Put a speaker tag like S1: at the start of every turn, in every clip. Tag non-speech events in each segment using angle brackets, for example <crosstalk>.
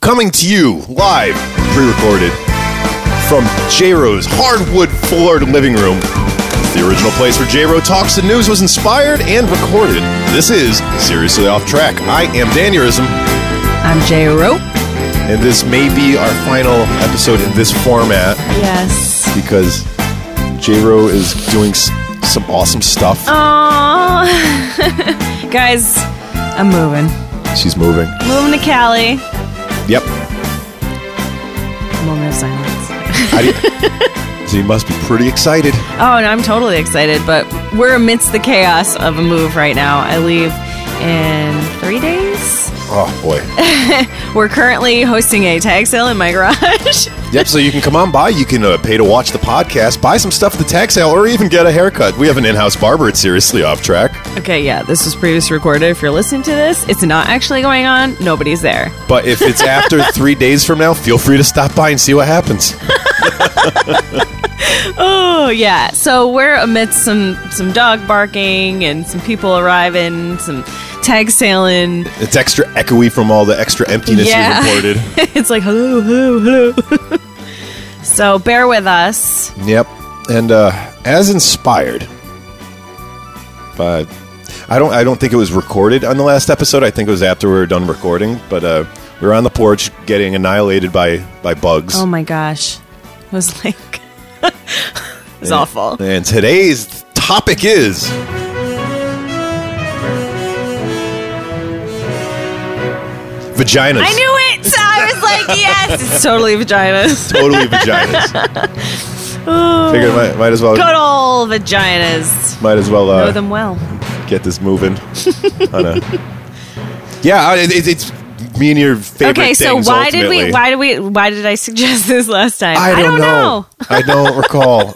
S1: coming to you live, pre-recorded from J-Ro's hardwood floored living room. The original place where J-Ro talks the news was inspired and recorded. This is Seriously Off Track. I am Danurism,
S2: I'm Jay Rope.
S1: and this may be our final episode in this format
S2: Yes.
S1: because J-Ro is doing s- some awesome stuff.
S2: Aww. <laughs> Guys, I'm moving.
S1: She's moving.
S2: Moving to Cali.
S1: Yep.
S2: Moment of silence.
S1: How do you- so you must be pretty excited.
S2: Oh, no, I'm totally excited, but we're amidst the chaos of a move right now. I leave in three days.
S1: Oh boy.
S2: We're currently hosting a tag sale in my <laughs> garage.
S1: Yep, so you can come on by. You can uh, pay to watch the podcast, buy some stuff at the tax sale, or even get a haircut. We have an in house barber. It's seriously off track.
S2: okay, yeah, this was previously recorded. If you're listening to this, it's not actually going on. Nobody's there.
S1: But if it's after three days from now, feel free to stop by and see what happens.
S2: Oh yeah. So we're amidst some some dog barking and some people arriving, some tag sailing.
S1: It's extra echoey from all the extra emptiness
S2: Yeah.
S1: you
S2: <laughs>
S1: reported.
S2: it's like hello, hello, hello. <laughs> so bear with us.
S1: Yep. And uh, as inspired by I don't I don't think it was recorded on the last episode. I think it was after we were done recording, but uh, we were on the porch getting annihilated by by bugs.
S2: Oh my gosh, it was like <laughs> it's awful.
S1: And today's topic is vaginas.
S2: I knew it. I was like, yes, it's
S1: <laughs>
S2: totally vaginas.
S1: Totally
S2: <laughs>
S1: vaginas. Figured might, might as well
S2: Good old vaginas.
S1: might as well
S2: Know
S1: uh,
S2: them well.
S1: get this moving.
S2: <laughs>
S1: on a- yeah, I- it, it, it's me and your favorite.
S2: Okay, so
S1: things,
S2: why did we?
S1: ultimately.
S2: Why did we? Why did I suggest <laughs> this last time?
S1: I don't, know. I don't
S2: <laughs>
S1: recall.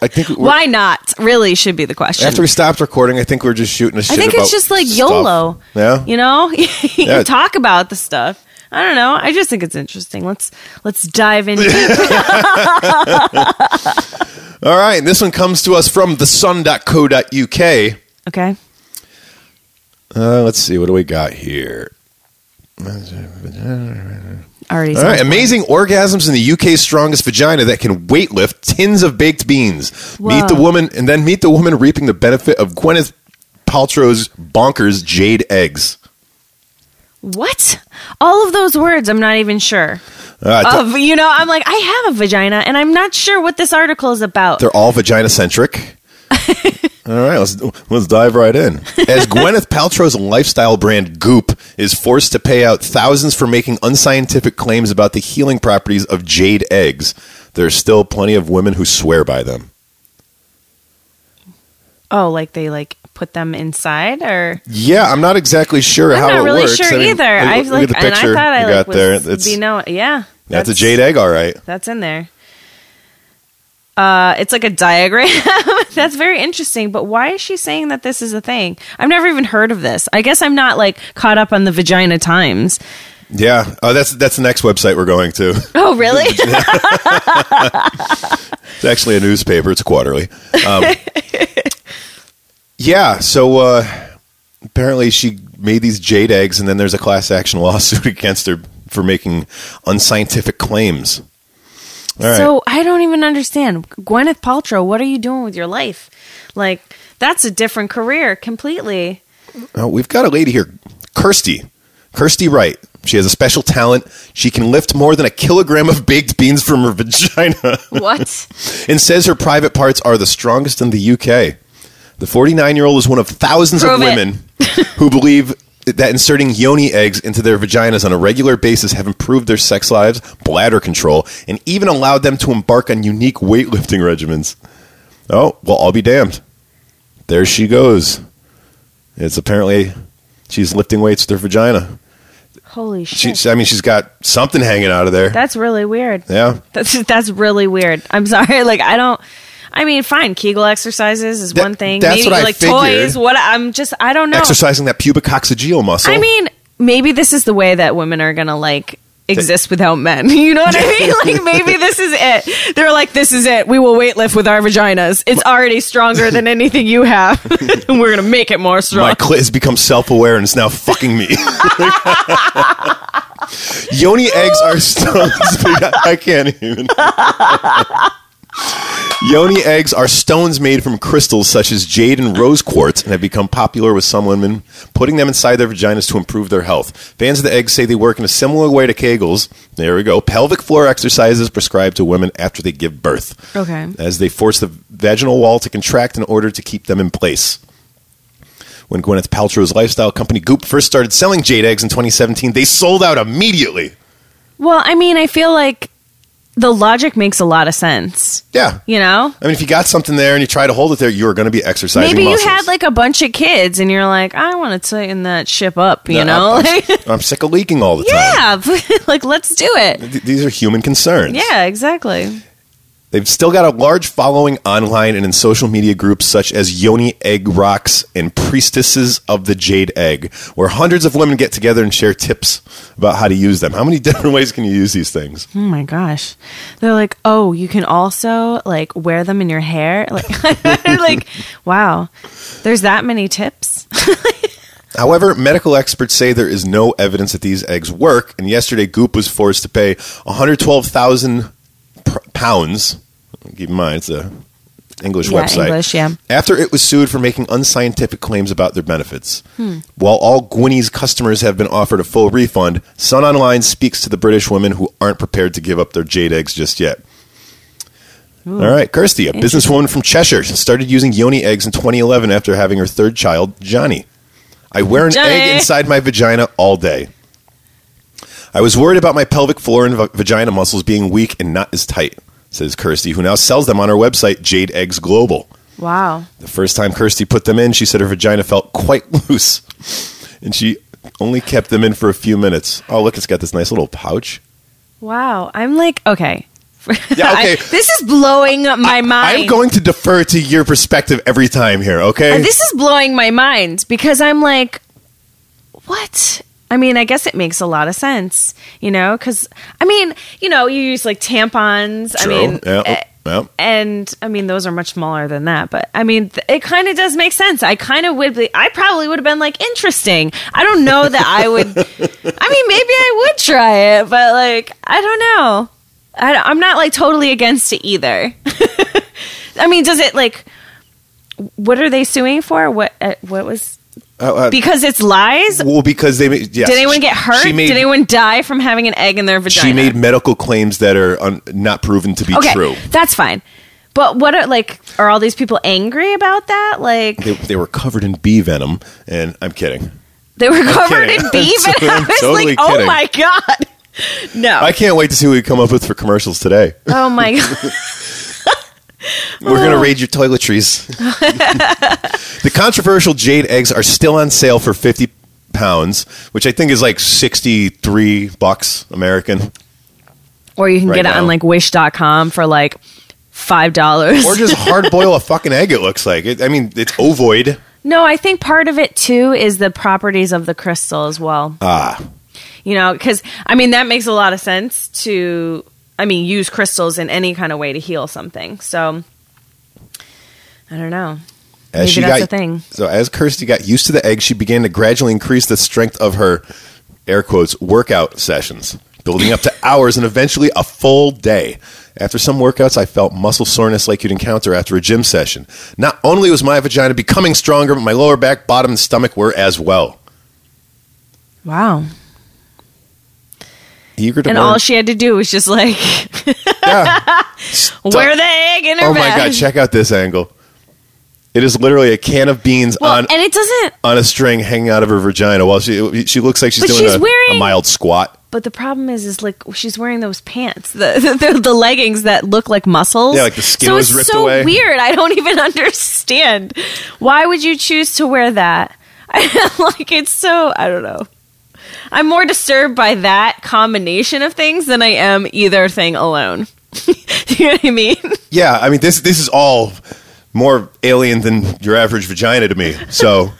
S1: I think we're-
S2: Why not? Really should be the question.
S1: after we stopped recording, I think we were just shooting a shit.
S2: I think
S1: about
S2: it's just like
S1: stuff.
S2: YOLO.
S1: Yeah,
S2: You know? <laughs> you
S1: Yeah.
S2: talk about the stuff. I don't know. I just think it's interesting. Let's let's dive
S1: <laughs>
S2: in. deep.
S1: All right, and this one comes to us from thesun.co.uk.
S2: okay.
S1: Uh, let's see, what do we got here?
S2: Already
S1: All right, amazing orgasms in the UK's strongest vagina that can weightlift tins of baked beans. Meet
S2: Whoa.
S1: the woman, and then meet the woman reaping the benefit of Gwyneth Paltrow's bonkers jade eggs.
S2: What? All of those words I'm not even sure.
S1: All right, th-
S2: Of you know, I'm like I have a vagina and I'm not sure what this article is about.
S1: They're all vagina
S2: <laughs>
S1: centric. all right, let's let's dive right in. As Gwyneth Paltrow's lifestyle brand Goop is forced to pay out thousands for making unscientific claims about the healing properties of jade eggs, there's still plenty of women who swear by them.
S2: oh, like they like put them inside or
S1: Yeah, I'm not exactly sure how
S2: I'm not
S1: it
S2: really
S1: works.
S2: sure
S1: I mean,
S2: either.
S1: look-
S2: I
S1: look
S2: like
S1: at the
S2: and I
S1: picture
S2: thought I
S1: you
S2: like
S1: got
S2: was
S1: there. That's,
S2: be no yeah.
S1: that's a jade egg, all right.
S2: That's in there. Uh, it's like a diagram. <laughs> That's very interesting. But why is she saying that this is a thing? I've never even heard of this. I guess I'm not like caught up on the vagina times.
S1: Yeah, oh, that's that's the next website we're going to.
S2: Oh,
S1: <laughs>
S2: really?
S1: It's actually a newspaper. It's quarterly. Um, <laughs> yeah. So uh, apparently, she made these jade eggs, and then there's a class action lawsuit <laughs> against her for making unscientific claims. All right.
S2: <laughs> So I don't even understand. Gwyneth Paltrow, what are you doing with your life? Like, that's a different career completely.
S1: Oh, we've got a lady here, Kirsty. Kirsty Wright. She has a special talent. She can lift more than a kilogram of baked beans from her <laughs> vagina.
S2: What?
S1: and says her private parts are the strongest in the UK. The 49 year old is one of thousands
S2: Prove
S1: of
S2: it.
S1: women who believe that inserting yoni eggs into their vaginas on a regular basis have improved their sex lives, bladder control, and even allowed them to embark on unique weightlifting regimens. Oh, well, I'll be damned. There she goes. It's apparently she's lifting weights with her vagina.
S2: <laughs> Holy shit.
S1: She, I mean, she's got something hanging out of there.
S2: that's really weird.
S1: yeah.
S2: That's that's really weird. I'm sorry. <laughs> Like I don't. I mean, fine. Kegel exercises is
S1: That-
S2: one thing.
S1: that's
S2: maybe
S1: what I
S2: like
S1: figured.
S2: toys. What I'm just. I don't know.
S1: Exercising that pubic coccygeal muscle.
S2: I mean, maybe this is the way that women are gonna like exist without men. <laughs> You know what I mean? Like maybe this is it. They're like, this is it. We will weightlift with our vaginas. It's already stronger than anything
S1: <laughs>
S2: you have, <laughs> and we're gonna make it more strong.
S1: My clit has become self aware and it's now fucking me. Yoni eggs are stones. <laughs> I can't even. Yoni eggs are stones made from crystals such as jade and rose quartz and have become popular with some women, putting them inside their vaginas to improve their health. Fans of the eggs say they work in a similar way to Kegels. There we go. Pelvic floor exercises prescribed to women after they give birth.
S2: Okay.
S1: As they force the vaginal wall to contract in order to keep them in place. When Gwyneth Paltrow's lifestyle company Goop first started selling jade eggs in 2017, they sold out immediately.
S2: Well, I mean, I feel like the logic makes a lot of sense.
S1: Yeah.
S2: You know?
S1: I mean, if you got something there and you try to hold it there, you are going to be exercising
S2: Maybe you
S1: muscles.
S2: had like a bunch of kids and you're like, I want to tighten that ship up, you
S1: Yeah,
S2: know? <laughs>
S1: I'm,
S2: Like,
S1: I'm- I'm sick of leaking all the time.
S2: yeah, <laughs> like let's do it.
S1: Th- these are human concerns.
S2: Yeah, exactly.
S1: They've still got a large following online and in social media groups such as Yoni Egg Rocks and Priestesses of the Jade Egg, where hundreds of women get together and share tips about how to use them. How many <laughs> different ways can you use these things?
S2: Oh my gosh. They're like, "Oh, you can also like wear them in your hair." <laughs> Like like wow. There's that many tips?
S1: However, medical experts say there is no evidence that these eggs work, and yesterday Goop was forced to pay 112,000 pr- pounds. Keep in mind, it's a English
S2: Yeah,
S1: website.
S2: English, yeah.
S1: After it was sued for making unscientific claims about their benefits.
S2: Hmm.
S1: While all Gwynny's customers have been offered a full refund, Sun Online speaks to the British women who aren't prepared to give up their jade eggs just yet. All right, Kirsty, a businesswoman from Cheshire, started using yoni eggs in 2011 after having her third child, Johnny. I wear an
S2: Johnny.
S1: egg inside my vagina all day. I was worried about my pelvic floor and va- vagina muscles being weak and not as tight, says Kirsty, who now sells them on her website, Jade Eggs Global.
S2: Wow.
S1: The first time Kirsty put them in, she said her vagina felt quite <laughs> loose, and she only kept them in for a few minutes. Oh, look, it's got this nice little pouch.
S2: Wow. I'm like, okay. <laughs>
S1: Yeah, okay.
S2: I- this is blowing my mind.
S1: I'm going to defer to your perspective every time here, okay?
S2: Uh, this is blowing my mind because I'm like, what? I mean, I guess it makes a lot of sense, you know, because I mean, you know, you use like tampons. I
S1: True.
S2: mean,
S1: yeah,
S2: eh,
S1: oh, yeah.
S2: and I mean, those are much smaller than that, but I mean, th- it kind of does make sense. I kind of would be, I probably would have been like, interesting. I don't know that I would, I mean, maybe I would try it, but like, I don't know. I, don't- I'm not like totally against it either. <laughs> I mean, does it like, what are they suing for? What, uh, what was,
S1: Oh, uh,
S2: because it's lies?
S1: well, because they made. Yes,
S2: Did anyone get hurt?
S1: She made,
S2: Did anyone die from having an egg in their vagina?
S1: she made medical claims that are un, not proven to be
S2: okay,
S1: true.
S2: That's fine. But what are like are all these people angry about that? Like
S1: They, they were covered in bee venom, and I'm kidding.
S2: they were covered
S1: kidding. <laughs>
S2: in beef and I
S1: I'm
S2: was
S1: totally
S2: like, "Oh
S1: kidding.
S2: my god." <laughs> No.
S1: I can't wait to see what we come up with for commercials
S2: <laughs>
S1: today.
S2: oh
S1: <laughs>
S2: my god.
S1: We're going to raid your
S2: <laughs>
S1: toiletries. the controversial jade eggs are still on sale for 50 pounds, which I think is like 63 bucks American.
S2: Or you can
S1: Right
S2: get it
S1: now.
S2: on like wish.com for like $5.
S1: Or just hard boil a fucking egg, it looks like. It, I mean, it's ovoid.
S2: <laughs> no, I think part of it too is the properties of the crystal as well.
S1: Ah,
S2: you know, cuz I mean that makes a lot of sense to I mean use crystals in any kind of way to heal something. So I don't know.
S1: as
S2: Maybe
S1: she
S2: that's
S1: got
S2: the thing.
S1: so as Kirsty got used to the egg, she began to gradually increase the strength of her air quotes workout sessions, building up to hours and eventually a full day. After some workouts, I felt muscle soreness like you'd encounter after a gym session. Not only was my vagina becoming stronger, but my lower back, bottom, and stomach were as well.
S2: Wow.
S1: Eager to
S2: And
S1: learn-
S2: all she had to do was just like <laughs>
S1: Yeah. Stop.
S2: wear the egg in her
S1: Oh my
S2: bag.
S1: god! Check out this angle. It is literally a can of beans
S2: Well,
S1: on
S2: and it doesn't.
S1: on a string hanging out of her vagina while she she looks like she's
S2: But
S1: doing
S2: she's
S1: a,
S2: wearing-
S1: a mild squat.
S2: But the problem is, is like she's wearing those pants, the <laughs> the, the, the leggings that look like muscles.
S1: Yeah, like the skin
S2: so
S1: was
S2: it's
S1: ripped
S2: so
S1: away.
S2: Weird. I don't <laughs> even understand. Why would you choose to wear that? <laughs> like it's so. I don't know. I'm more disturbed by that combination of things than I am either thing alone. <laughs> Do you know what I mean?
S1: Yeah, I mean this this
S2: <laughs>
S1: is all more alien than your average vagina to me. So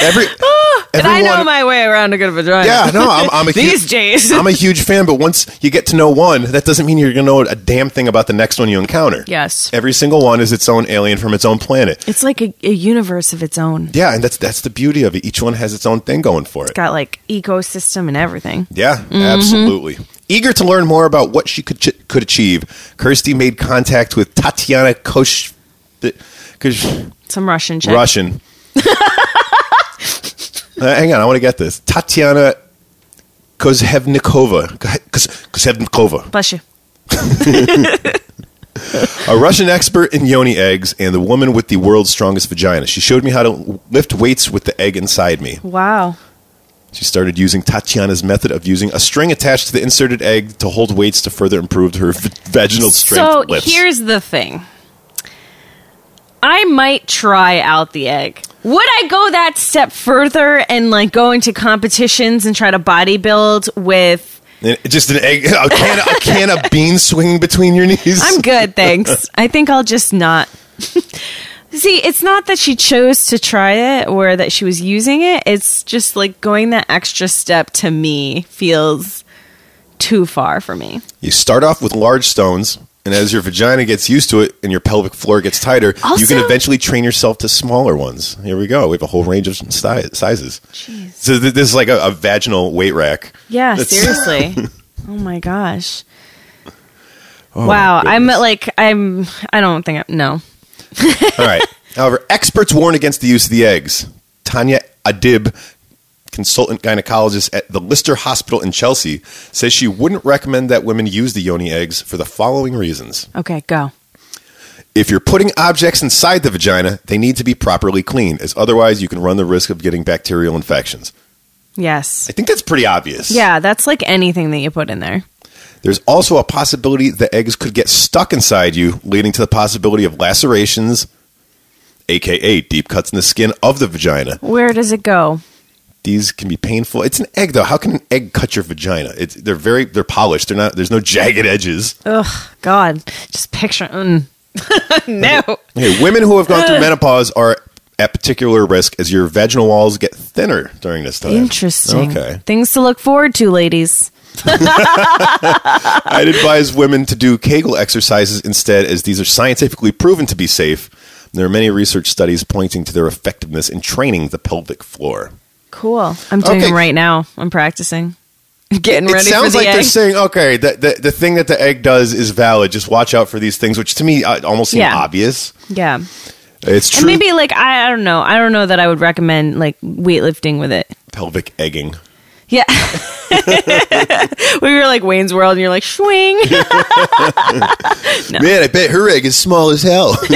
S1: Every,
S2: Oh, and I know
S1: everyone-
S2: my way around a good vagina.
S1: Yeah, no, I'm,
S2: <laughs>
S1: I'm a
S2: These
S1: hu-
S2: days.
S1: I'm a huge fan, but once you get to know one, that doesn't mean you're going to know a damn thing about the next one you encounter.
S2: Yes.
S1: every single one is its own alien from its own planet.
S2: It's like a, a universe of its own.
S1: Yeah, and that's that's the beauty of it. Each one has its own thing going for it.
S2: It's got Mm-hmm. like ecosystem and everything.
S1: Yeah, absolutely. Eager to learn more about what she could ch- could achieve, Kirsty made contact with Tatiana Kosh, th- Kosh
S2: Some Russian chick. <laughs>
S1: Russian. Uh, hang on, I want to get this. Tatiana Kozhevnikova, Koz- Kozhevnikova,
S2: Bless you.
S1: a Russian expert in yoni eggs and the woman with the world's strongest vagina. She showed me how to lift weights with the egg inside me.
S2: Wow.
S1: She started using Tatiana's method of using a string attached to the inserted egg to hold weights to further improve her v- vaginal strength.
S2: So
S1: lips.
S2: here's the thing. I might try out the egg. Would I go that step further and like go into competitions and try to bodybuild with
S1: And just an egg, a can, a can of beans swinging between your knees.
S2: I'm good, thanks. I think I'll just not. <laughs> See, it's not that she chose to try it or that she was using it. It's just like going that extra step to me feels too far for me.
S1: You start off with large stones, and as your vagina gets used to it and your pelvic floor gets tighter, you
S2: Also-
S1: can eventually train yourself to smaller ones. Here we go. We have a whole range of size, sizes.
S2: Jeez.
S1: So th- this is like a, a vaginal weight rack.
S2: Yeah,
S1: That's- <laughs>
S2: seriously. oh my gosh.
S1: Oh,
S2: wow, I'm
S1: goodness.
S2: like I'm I don't think I, no.
S1: All right. However, experts warn against the use of the eggs. Tanya Adib, consultant gynecologist at the Lister Hospital in Chelsea, says she wouldn't recommend that women use the yoni eggs for the following reasons.
S2: Okay, go.
S1: If you're putting objects inside the vagina, they need to be properly cleaned, as otherwise you can run the risk of getting bacterial infections.
S2: Yes.
S1: I think that's pretty obvious.
S2: Yeah, that's like anything that you put in there.
S1: There's also a possibility the eggs could get stuck inside you, leading to the possibility of lacerations, aka deep cuts in the skin of the vagina.
S2: Where does it go?
S1: these can be painful. It's an egg though. How can an egg cut your vagina? It's they're very they're polished. They're not there's no jagged edges.
S2: Ugh, God. Just picture mm. <laughs> no.
S1: Okay, women who have gone
S2: <sighs>
S1: through menopause are at particular risk as your vaginal walls get thinner during this time.
S2: Interesting.
S1: Okay.
S2: Things to look forward to, ladies.
S1: I'd advise women to do Kegel exercises instead as these are scientifically proven to be safe. There are many research studies pointing to their effectiveness in training the pelvic floor.
S2: Cool. I'm doing
S1: Okay.
S2: them right now. I'm practicing. <laughs> Getting
S1: It
S2: ready
S1: sounds
S2: for the
S1: like they're
S2: egg.
S1: saying, okay, the, the, the thing that the egg does is valid. Just watch out for these things, which to me uh, almost seem
S2: Yeah.
S1: obvious.
S2: yeah.
S1: It's
S2: And
S1: true.
S2: maybe like I, I don't know. I don't know that I would recommend like weightlifting with it.
S1: pelvic egging.
S2: Yeah. <laughs> we were like Wayne's World and you're like swing.
S1: Man, I bet her egg is small as hell.
S2: <laughs>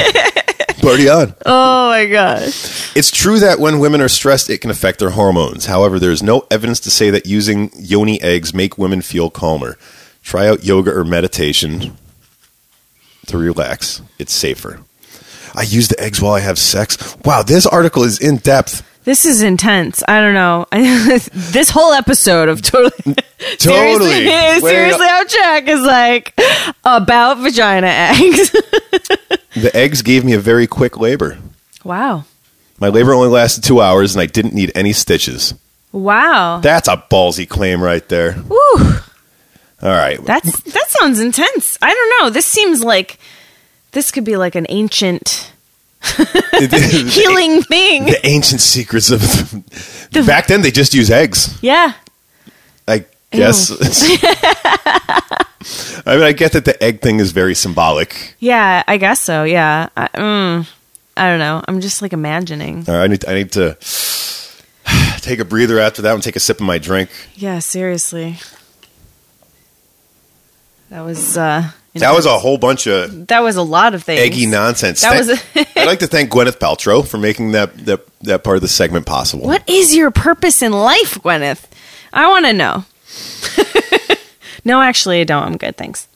S1: Party on.
S2: <laughs> oh my gosh.
S1: It's true that when women are stressed, it can affect their hormones. However, there is no evidence to say that using yoni eggs make women feel calmer. Try out yoga or meditation to relax. It's safer. I use the eggs while I have sex. Wow, this article is in depth.
S2: This is intense. I don't know. <laughs> this whole episode of totally
S1: <laughs> Totally.
S2: seriously,
S1: Way
S2: <laughs> seriously
S1: up.
S2: out track is like about vagina eggs. <laughs>
S1: The eggs gave me a very quick labor.
S2: wow.
S1: My labor only lasted two hours and I didn't need any stitches.
S2: Wow.
S1: That's a ballsy claim right there.
S2: Woo.
S1: All right.
S2: That's that sounds intense. I don't know. This seems like this could be like an ancient <laughs> healing thing.
S1: the ancient secrets of back then they just use eggs
S2: Yeah.
S1: i guess <laughs> i mean i get that the egg thing is very symbolic
S2: Yeah, I guess so. Yeah. I, mm, I don't know. I'm just like imagining.
S1: All right, i need i need to <sighs> take a breather after that and take a sip of my drink
S2: Yeah, seriously. That was uh
S1: that was a whole bunch of
S2: that was a lot of things.
S1: eggy nonsense
S2: That
S1: Thank-
S2: was
S1: <laughs>
S2: a-
S1: i'd like to thank gwyneth paltrow for making that that, that part of the segment possible
S2: What is your purpose in life, Gwyneth? I want to know. <laughs> no, actually, I don't. I'm good. Thanks.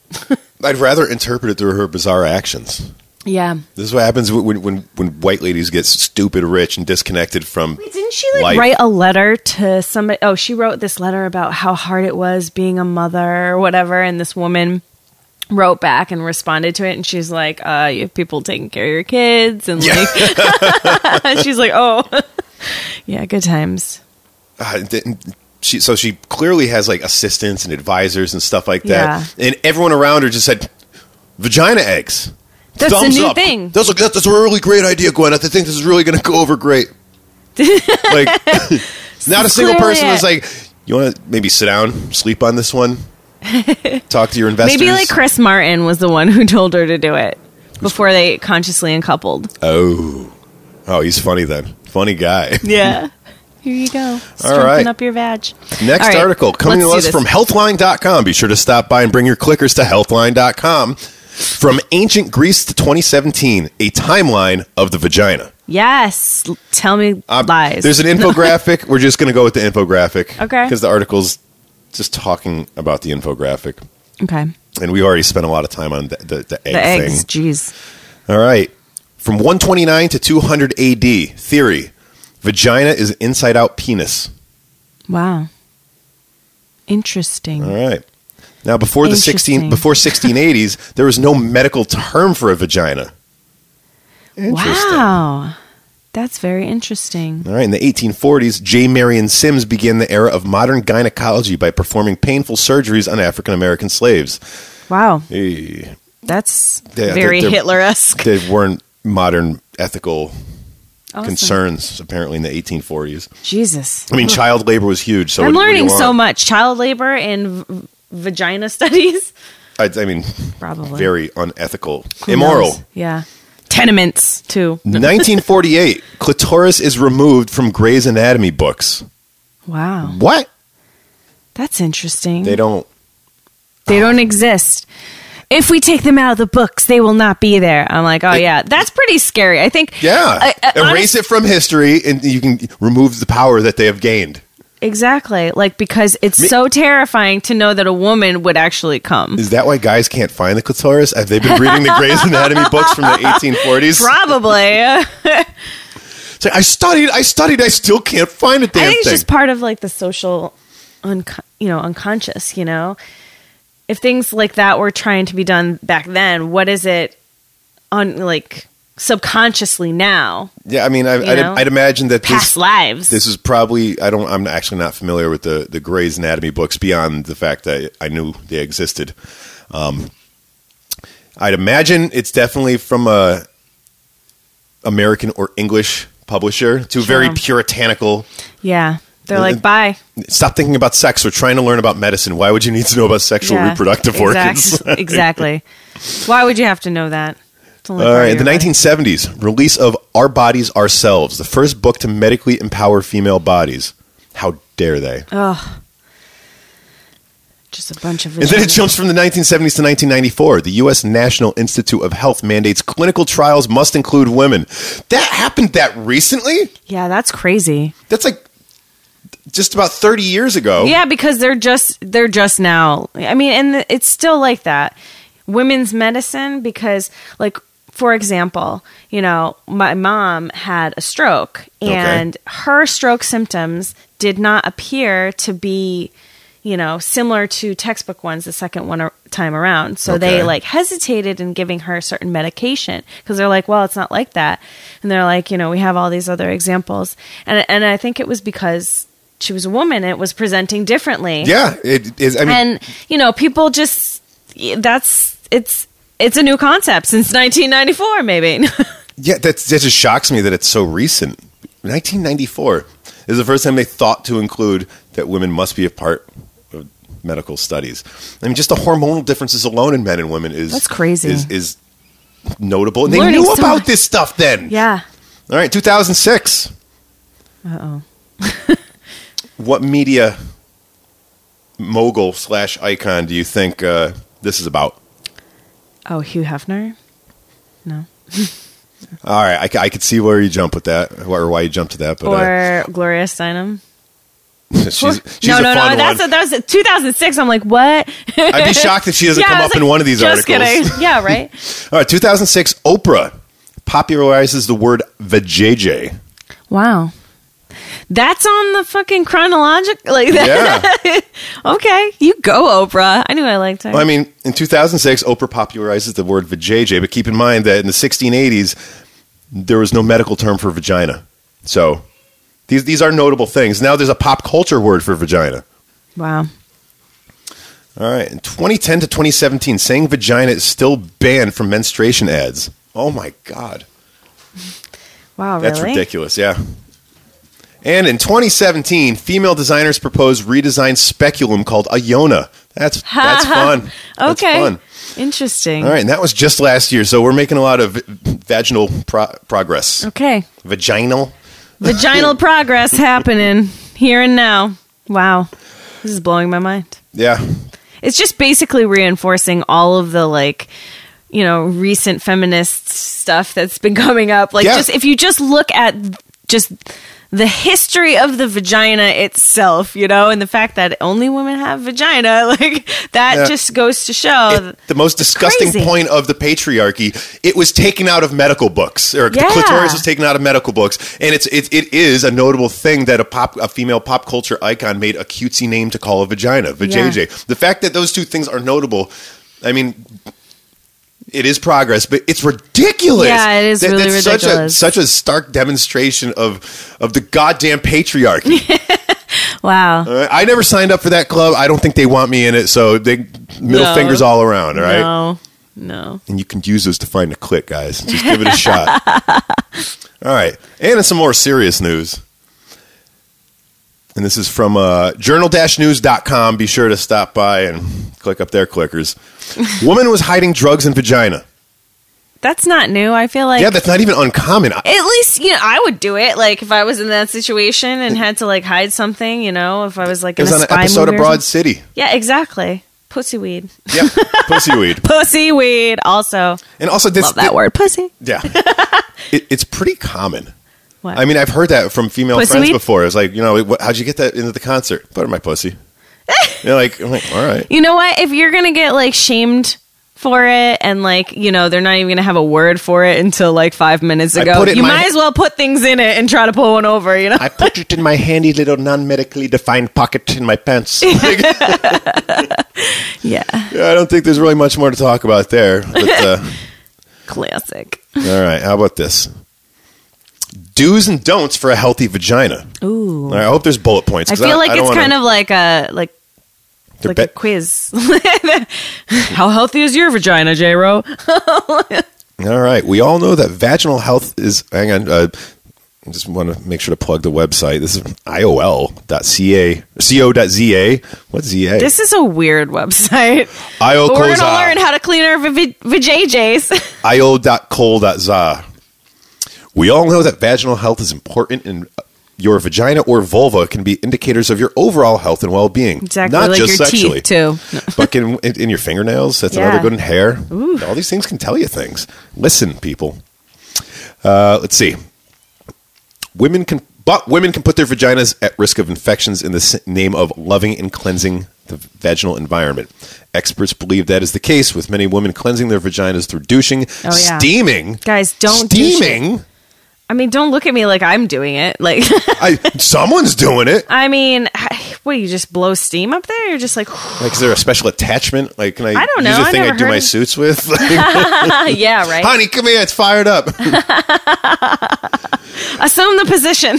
S1: i'd rather interpret it through her bizarre actions
S2: Yeah.
S1: this is what happens when, when, when white ladies get stupid rich and disconnected from
S2: Wait, didn't she like
S1: Life.
S2: write a letter to somebody? Oh, she wrote this letter about how hard it was being a mother or whatever, and this woman wrote back and responded to it, and she's like, uh, "You have people taking care of your kids," and <laughs>
S1: Yeah.
S2: like, she's like, "Oh, Yeah, good times.
S1: Uh, th- she, so she clearly has like assistants and advisors and stuff like that. And everyone around her just said, vagina eggs.
S2: That's the
S1: Thumbs
S2: new
S1: up.
S2: thing.
S1: That's, a, that's a really great idea, Gwyneth. I think this is really going to go over
S2: <laughs>
S1: great. like, not a single
S2: clearly
S1: person
S2: it.
S1: was like, you want to maybe sit down, sleep on this
S2: <laughs>
S1: one, talk to your investors.
S2: Maybe like Chris Martin was the one who told her to do it before they consciously uncoupled.
S1: Oh. Oh, he's funny then. Funny guy. <laughs>
S2: Yeah. Here you go. Strengthen
S1: hmm. right.
S2: up your badge.
S1: Next
S2: All right,
S1: article coming
S2: let's
S1: to
S2: do
S1: us
S2: this.
S1: from healthline.com. Be sure to stop by and bring your clickers to healthline.com. From ancient Greece to 2017, a timeline of the vagina.
S2: Yes. L- Tell me
S1: Um,
S2: lies. <laughs>
S1: There's an infographic. We're just going to go with the infographic.
S2: Okay.
S1: Because the article's just talking about the infographic.
S2: okay.
S1: And we already spent a lot of time on the, the, the egg
S2: The
S1: thing.
S2: eggs. Jeez.
S1: All right. From 129 to 200 AD, theory vagina is inside out penis.
S2: Wow. Interesting.
S1: All right. Now, before the
S2: Interesting.
S1: 16 before 1680s, there was no medical term for a vagina.
S2: Wow. That's very interesting.
S1: All right. In the 1840s, J. Marion Sims began the era of modern gynecology by performing painful surgeries on African American slaves.
S2: Wow.
S1: Eh,
S2: That's
S1: Yeah,
S2: very
S1: they're- they're-
S2: Hitler esque.
S1: They weren't modern ethical concerns apparently in the 1840s.
S2: Jesus.
S1: I mean, child labor was huge. So what
S2: I'm
S1: do- what do you
S2: learning so
S1: want?
S2: much. Child labor and v- vagina <laughs> studies.
S1: I, I mean,
S2: Probably.
S1: very unethical,
S2: Who
S1: immoral. <laughs>
S2: knows? Yeah. Tenements, too.
S1: 1948, clitoris is removed from Grey's Anatomy books.
S2: Wow.
S1: What?
S2: That's interesting.
S1: They don't.
S2: They don't exist. If we take them out of the books, they will not be there. I'm like, oh, yeah. That's pretty scary. I think.
S1: Yeah.
S2: I- I-
S1: Erase it from history and you can remove the power that they have gained.
S2: Exactly. Like, because it's
S1: Me-
S2: so terrifying to know that a woman would actually come.
S1: Is that why guys can't find the clitoris? Have they been reading the
S2: <laughs>
S1: Grey's Anatomy books from the 1840s? <laughs>
S2: Probably. I
S1: It's like, I studied, I studied, I still can't find a damn
S2: think it's
S1: thing.
S2: just part of like the social, unco- you know, unconscious, you know? If things like that were trying to be done back then, what is it on like subconsciously now?
S1: yeah, I mean, I, I'd,
S2: know?
S1: I'd imagine that this,
S2: Past lives.
S1: this is probably, I don't, I'm actually not familiar with the, the Grey's Anatomy books beyond the fact that I knew they existed. Um, I'd imagine it's definitely from a American or English publisher to very
S2: Sure.
S1: puritanical
S2: yeah. They're
S1: Uh,
S2: like, bye.
S1: stop thinking about sex. We're trying to learn about medicine. Why would you need to know about sexual
S2: Yeah,
S1: reproductive organs? <laughs>
S2: exact- exactly. Why would you have to know that? It's
S1: All
S2: only part of
S1: right,
S2: your
S1: the
S2: body.
S1: 1970s, release of Our Bodies Ourselves, the first book to medically empower female bodies. How dare they?
S2: Ugh. Just a bunch of.
S1: And then it
S2: vaginas.
S1: jumps from the 1970s to 1994. The U.S. National Institute of Health mandates clinical trials must include women. That happened that recently?
S2: Yeah, that's crazy.
S1: That's like just about 30 years ago.
S2: Yeah, because they're just they're just now. I mean, and it's still like that. Women's medicine because like for example, you know, my mom had a stroke
S1: Okay.
S2: and her stroke symptoms did not appear to be you know, similar to textbook ones the second one ar- time around. So
S1: Okay.
S2: they like hesitated in giving her certain medication because they're like, well, it's not like that. And they're like, you know, we have all these other examples. And and I think it was because she was a woman, it was presenting differently.
S1: Yeah. It is. I mean,
S2: And you know, people just that's it's it's a new concept since 1994 maybe. <laughs>
S1: Yeah, that's, that just shocks me that it's so recent. 1994 is the first time they thought to include that women must be a part of medical studies. I mean, just the hormonal differences alone in men and women is
S2: That's crazy.
S1: Is, is notable, and they
S2: Learning
S1: knew
S2: so
S1: about
S2: much.
S1: this stuff then.
S2: yeah.
S1: All right, 2006.
S2: Uh-oh.
S1: What media mogul slash icon do you think uh, this is about?
S2: Oh, Hugh Hefner? No.
S1: All right, I, c- I could see where you jump with that, or why you jumped to that, but uh,
S2: or Gloria Steinem?
S1: <laughs> she's, she's
S2: no,
S1: a
S2: no,
S1: fun
S2: no. That's
S1: one.
S2: a, that was 2006. I'm like, what? <laughs>
S1: I'd be shocked if she doesn't
S2: I
S1: come
S2: was
S1: up in one of these
S2: just
S1: articles.
S2: Kidding. <laughs> Yeah, right.
S1: All right, 2006, Oprah popularizes the word vajayjay.
S2: wow, that's on the fucking chronological. Like that. <laughs> okay, you go, Oprah. I knew I liked her.
S1: Well, I mean, in 2006, Oprah popularizes the word vajayjay, but keep in mind that in the 1680s, there was no medical term for vagina. So These these are notable things. Now there's a pop culture word for vagina.
S2: Wow.
S1: All right. In 2010 to 2017, saying vagina is still banned from menstruation ads. Oh my god.
S2: Wow,
S1: That's
S2: really?
S1: ridiculous. Yeah. And in 2017, female designers proposed redesigned speculum called Iona.
S2: <laughs>
S1: That's that's fun. That's
S2: Okay.
S1: fun.
S2: Interesting.
S1: All right, and that was just last year, so we're making a lot of vaginal pro- progress.
S2: Okay.
S1: Vaginal. <laughs>
S2: Vaginal progress happening here and now. Wow. This is blowing my mind.
S1: Yeah.
S2: It's just basically reinforcing all of the like you know recent feminist stuff that's been <laughs> coming up. Like
S1: Yeah.
S2: just if you just look at just the history of the vagina itself, you know, and the fact that only women have vagina, <laughs> like that
S1: Yeah.
S2: just goes to show.
S1: It- the most disgusting
S2: crazy.
S1: point of the patriarchy, it was taken out of medical books, or the
S2: Yeah.
S1: clitoris was taken out of medical books, and it's it, it is a notable thing that a pop a female pop culture icon made a cutesy name to call a vagina, vajayjay. The fact that those two things are notable, I mean. It is progress, but it's ridiculous.
S2: Yeah, it is really ridiculous.
S1: Such a, such a stark demonstration of of the goddamn patriarchy.
S2: <laughs> wow.
S1: Uh, I never signed up for that club. I don't think they want me in it, so they middle
S2: No.
S1: fingers all around, all right?
S2: No. No.
S1: And you can use those to find a click, guys. Just give it a
S2: <laughs>
S1: shot. All right. And in some more serious news. And this is from uh, journal-news.com. Be sure to stop by and click up their clickers. Woman was hiding drugs in vagina.
S2: That's not new. I feel like
S1: Yeah, that's not even uncommon. I-
S2: at least you know I would do it. Like if I was in that situation and had to like hide something, you know, if I was like
S1: It
S2: in
S1: was
S2: a
S1: on an
S2: spy
S1: episode
S2: movie
S1: of
S2: or
S1: Broad
S2: something.
S1: City.
S2: Yeah, exactly. Pussy weed.
S1: Yeah,
S2: <laughs>
S1: pussyweed.
S2: Pussy weed. Also
S1: And also, this,
S2: love that word. Pussy.
S1: Yeah, it, it's pretty common.
S2: What?
S1: I mean, I've heard that from female
S2: Pussy
S1: friends
S2: weed?
S1: before. It's like, you know, wh- how'd you get that into the concert? Butter my
S2: <laughs>
S1: pussy. You're like, I'm like, all right.
S2: You know what? If you're gonna get like shamed for it and like you know they're not even gonna have a word for it until like five minutes
S1: I
S2: ago,
S1: put it in
S2: you
S1: my-
S2: might as well put things in it and try to pull one over. You know.
S1: I put it in my handy little non-medically defined pocket in my
S2: <laughs>
S1: pants. Like,
S2: yeah.
S1: yeah, I don't think there's really much more to talk about there. But,
S2: <laughs>
S1: uh,
S2: Classic.
S1: all right, how about this? Do's and don'ts for a healthy vagina.
S2: Ooh.
S1: All right, I hope there's bullet points.
S2: I
S1: 'cause
S2: feel
S1: don't-
S2: like
S1: I don't
S2: it's
S1: wanna-
S2: kind of like a like
S1: they're
S2: like
S1: be-
S2: a quiz. <laughs> How healthy is your vagina, J. Ro?
S1: All right. We all know that vaginal health is. Hang on. Uh, I just want to make sure to plug the website. This is iol.ca, co.za. What's ZA?
S2: This is a weird website.
S1: IO
S2: But we're gonna
S1: Kozai.
S2: learn how to clean our v- vajayjays.
S1: io.col.za. We all know that vaginal health is important and uh, your vagina or vulva can be indicators of your overall health and well-being.
S2: Exactly,
S1: Not
S2: like
S1: just
S2: your
S1: sexually.
S2: teeth too.
S1: <laughs> but can, in, in your fingernails, that's
S2: Yeah.
S1: another good in hair. All these things can tell you things. Listen, people. Uh, let's see. Women can, but women can put their vaginas at risk of infections in the s- name of loving and cleansing the vaginal environment. Experts believe that is the case with many women cleansing their vaginas through douching,
S2: Oh, yeah.
S1: steaming,
S2: Guys, don't douche it.
S1: steaming.
S2: I mean, don't look at me like I'm doing it. Like, <laughs>
S1: I, someone's doing it.
S2: I mean, <sighs> what you just blow steam up there? You're
S1: <laughs>
S2: just like, <laughs>
S1: Like, is there a special attachment? Like, can I,
S2: I don't
S1: use
S2: know.
S1: a
S2: I
S1: thing I
S2: never
S1: do
S2: heard
S1: my
S2: of-
S1: suits with? <laughs>
S2: <laughs>
S1: Like,
S2: yeah, right.
S1: honey, come here. It's fired up.
S2: Assume the position.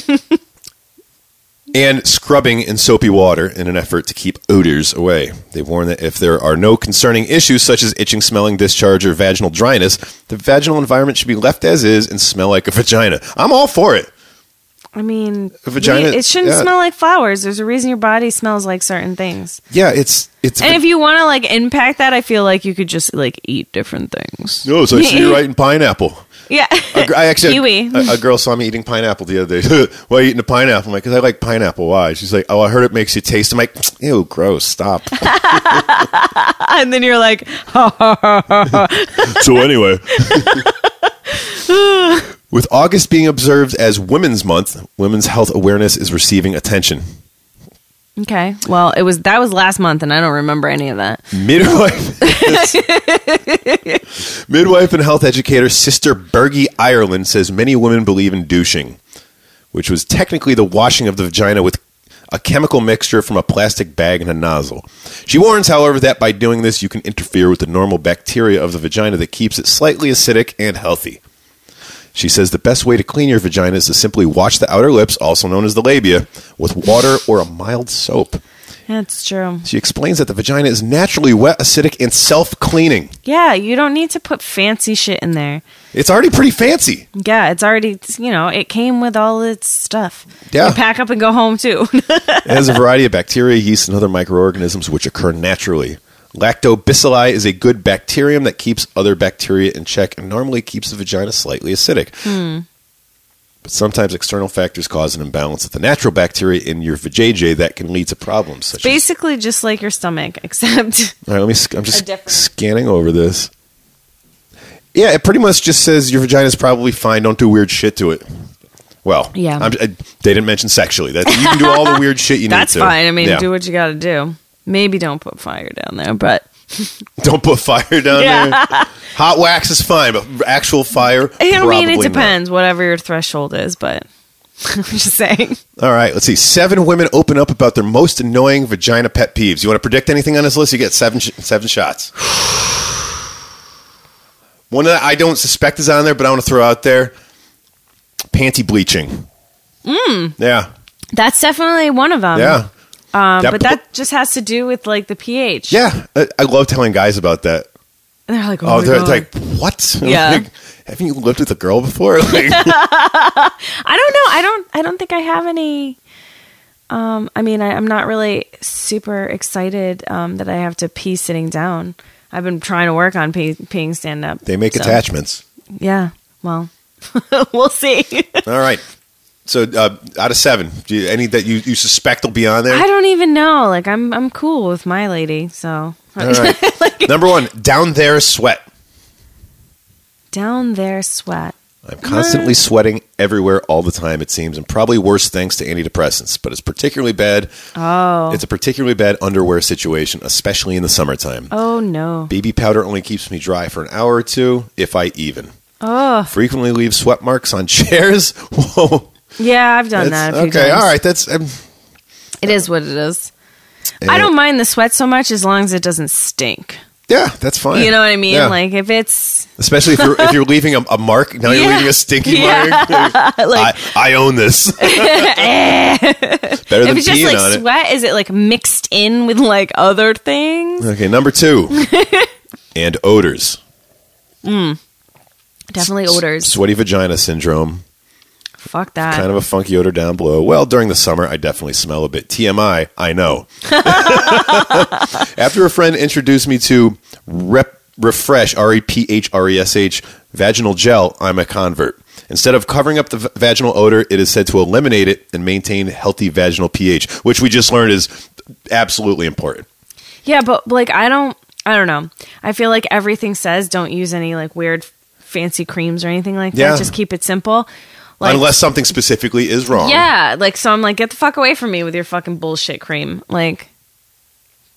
S2: <laughs>
S1: and scrubbing in soapy water in an effort to keep odors away. They warn that if there are no concerning issues such as itching, smelling, discharge, or vaginal dryness, the vaginal environment should be left as is and smell like a vagina. I'm all for it.
S2: I mean,
S1: A vagina-
S2: we- it shouldn't
S1: yeah.
S2: smell like flowers. There's a reason your body smells like certain things.
S1: Yeah, it's it's.
S2: And if you want to like impact that, I feel like you could just like eat different things.
S1: no, so I see
S2: <laughs>
S1: you're eating pineapple.
S2: Yeah. <laughs>
S1: A gr- I actually
S2: Kiwi.
S1: A, a girl saw me eating pineapple the other day. <laughs> Why are you eating a pineapple? I'm like, because I like pineapple. Why? She's like, oh, I heard it makes you taste. I'm like, ew, gross. Stop.
S2: and then you're like,
S1: so anyway with august being observed as women's month women's health awareness is receiving attention
S2: okay, well, it was that was last month, and I don't remember any
S1: <laughs>
S2: of that.
S1: midwife midwife and health educator sister bergie ireland says many women believe in douching which was technically the washing of the vagina with a chemical mixture from a plastic bag and a nozzle. She warns, however, that by doing this, you can interfere with the normal bacteria of the vagina that keeps it slightly acidic and healthy. She says the best way to clean your vagina is to simply wash the outer lips, also known as the labia, with water or a mild soap.
S2: That's true.
S1: She explains that the vagina is naturally wet, acidic, and self cleaning.
S2: Yeah, you don't need to put fancy shit in there.
S1: It's already pretty fancy.
S2: Yeah, it's already, you know, it came with all its stuff.
S1: Yeah.
S2: You pack up and go home too. <laughs>
S1: It has a variety of bacteria, yeast, and other microorganisms which occur naturally. Lactobacilli is a good bacterium that keeps other bacteria in check and normally keeps the vagina slightly acidic. But sometimes external factors cause an imbalance of the natural bacteria in your vajayjay that can lead to problems. Such as,
S2: Basically, just like your stomach, <laughs> except
S1: all right, let me. sc- I'm just
S2: different-
S1: scanning over this. Yeah, it pretty much just says your vagina is probably fine. Don't do weird shit to it. Well,
S2: Yeah.
S1: I'm, I, they didn't mention sexually. That you can do all
S2: <laughs>
S1: the weird shit you
S2: that's
S1: need to.
S2: fine. I mean,
S1: Yeah.
S2: do what you got to do. Maybe don't put fire down there, but <laughs>
S1: Don't put fire down
S2: Yeah. <laughs>
S1: there. Hot wax is fine, but actual fire.
S2: I mean,
S1: probably
S2: it
S1: not.
S2: depends, whatever your threshold is, but <laughs> I'm just saying.
S1: All right, let's see. Seven women open up about their most annoying vagina pet peeves. You want to predict anything on this list? You get seven sh- seven shots. <sighs> One that I don't suspect is on there, but I want to throw out there: panty bleaching. Mm. Yeah,
S2: That's definitely one of them.
S1: yeah,
S2: Um,
S1: That
S2: but
S1: pl-
S2: that just has to do with like the pH.
S1: yeah. I, I love telling guys about that.
S2: And they're like, oh,
S1: Oh,
S2: my
S1: they're
S2: God.
S1: like, "What? <laughs>
S2: Yeah.
S1: Like, haven't you lived with a girl before?" <laughs>
S2: <laughs>
S1: Like,
S2: I don't know. I don't. I don't think I have any. Um, I mean, I, I'm not really super excited um, that I have to pee sitting down. I've been trying to work on pee, peeing stand up.
S1: they make
S2: so,
S1: attachments.
S2: Yeah. Well, <laughs> we'll see.
S1: All right. So uh, out of seven, do you, any that you, you suspect will be on there?
S2: I don't even know. Like, I'm I'm cool with my lady. So
S1: All right. Number one, down there is sweat.
S2: down there, sweat.
S1: I'm constantly sweating everywhere all the time, it seems, and probably worse thanks to antidepressants, but it's particularly bad.
S2: Oh.
S1: It's a particularly bad underwear situation, especially in the summertime.
S2: oh no.
S1: Baby powder only keeps me dry for an hour or two, if I even.
S2: Oh
S1: Frequently leave sweat marks on <laughs> chairs. Whoa.
S2: yeah, I've done that.
S1: That's-
S2: A few
S1: okay,
S2: times.
S1: all right. That's. Um,
S2: It is what it is.
S1: eh,
S2: I don't mind the sweat so much as long as it doesn't stink.
S1: Yeah, that's fine.
S2: You know what I mean?
S1: Yeah.
S2: Like if it's <laughs>
S1: Especially if you're, if you're leaving a, a mark, now you're
S2: Yeah.
S1: leaving a stinky
S2: Yeah. <laughs>
S1: mark.
S2: like
S1: I, I own
S2: <laughs>
S1: this. Better
S2: Eh. if
S1: than
S2: it's just
S1: peeing
S2: like
S1: on
S2: sweat, is it like mixed in with like other things?
S1: it. Okay, number
S2: <laughs>
S1: two. and odors.
S2: Definitely
S1: S-
S2: odors.
S1: Sweaty vagina syndrome.
S2: Fuck that.
S1: Kind of a funky odor down below. Well, during the summer, I definitely smell a bit. TMI, I
S2: <laughs>
S1: know. After a friend introduced me to Rep- Refresh, R E P H R E S H, vaginal gel, I'm a convert. Instead of covering up the v- vaginal odor, it is said to eliminate it and maintain healthy vaginal pH, which we just learned is absolutely important.
S2: yeah, but like I don't I don't know. I feel like everything says don't use any like weird fancy creams or anything like
S1: Yeah.
S2: that. Just keep it simple. Like
S1: Unless something specifically is wrong.
S2: Yeah, like so I'm like get the fuck away from me with your fucking bullshit cream. Like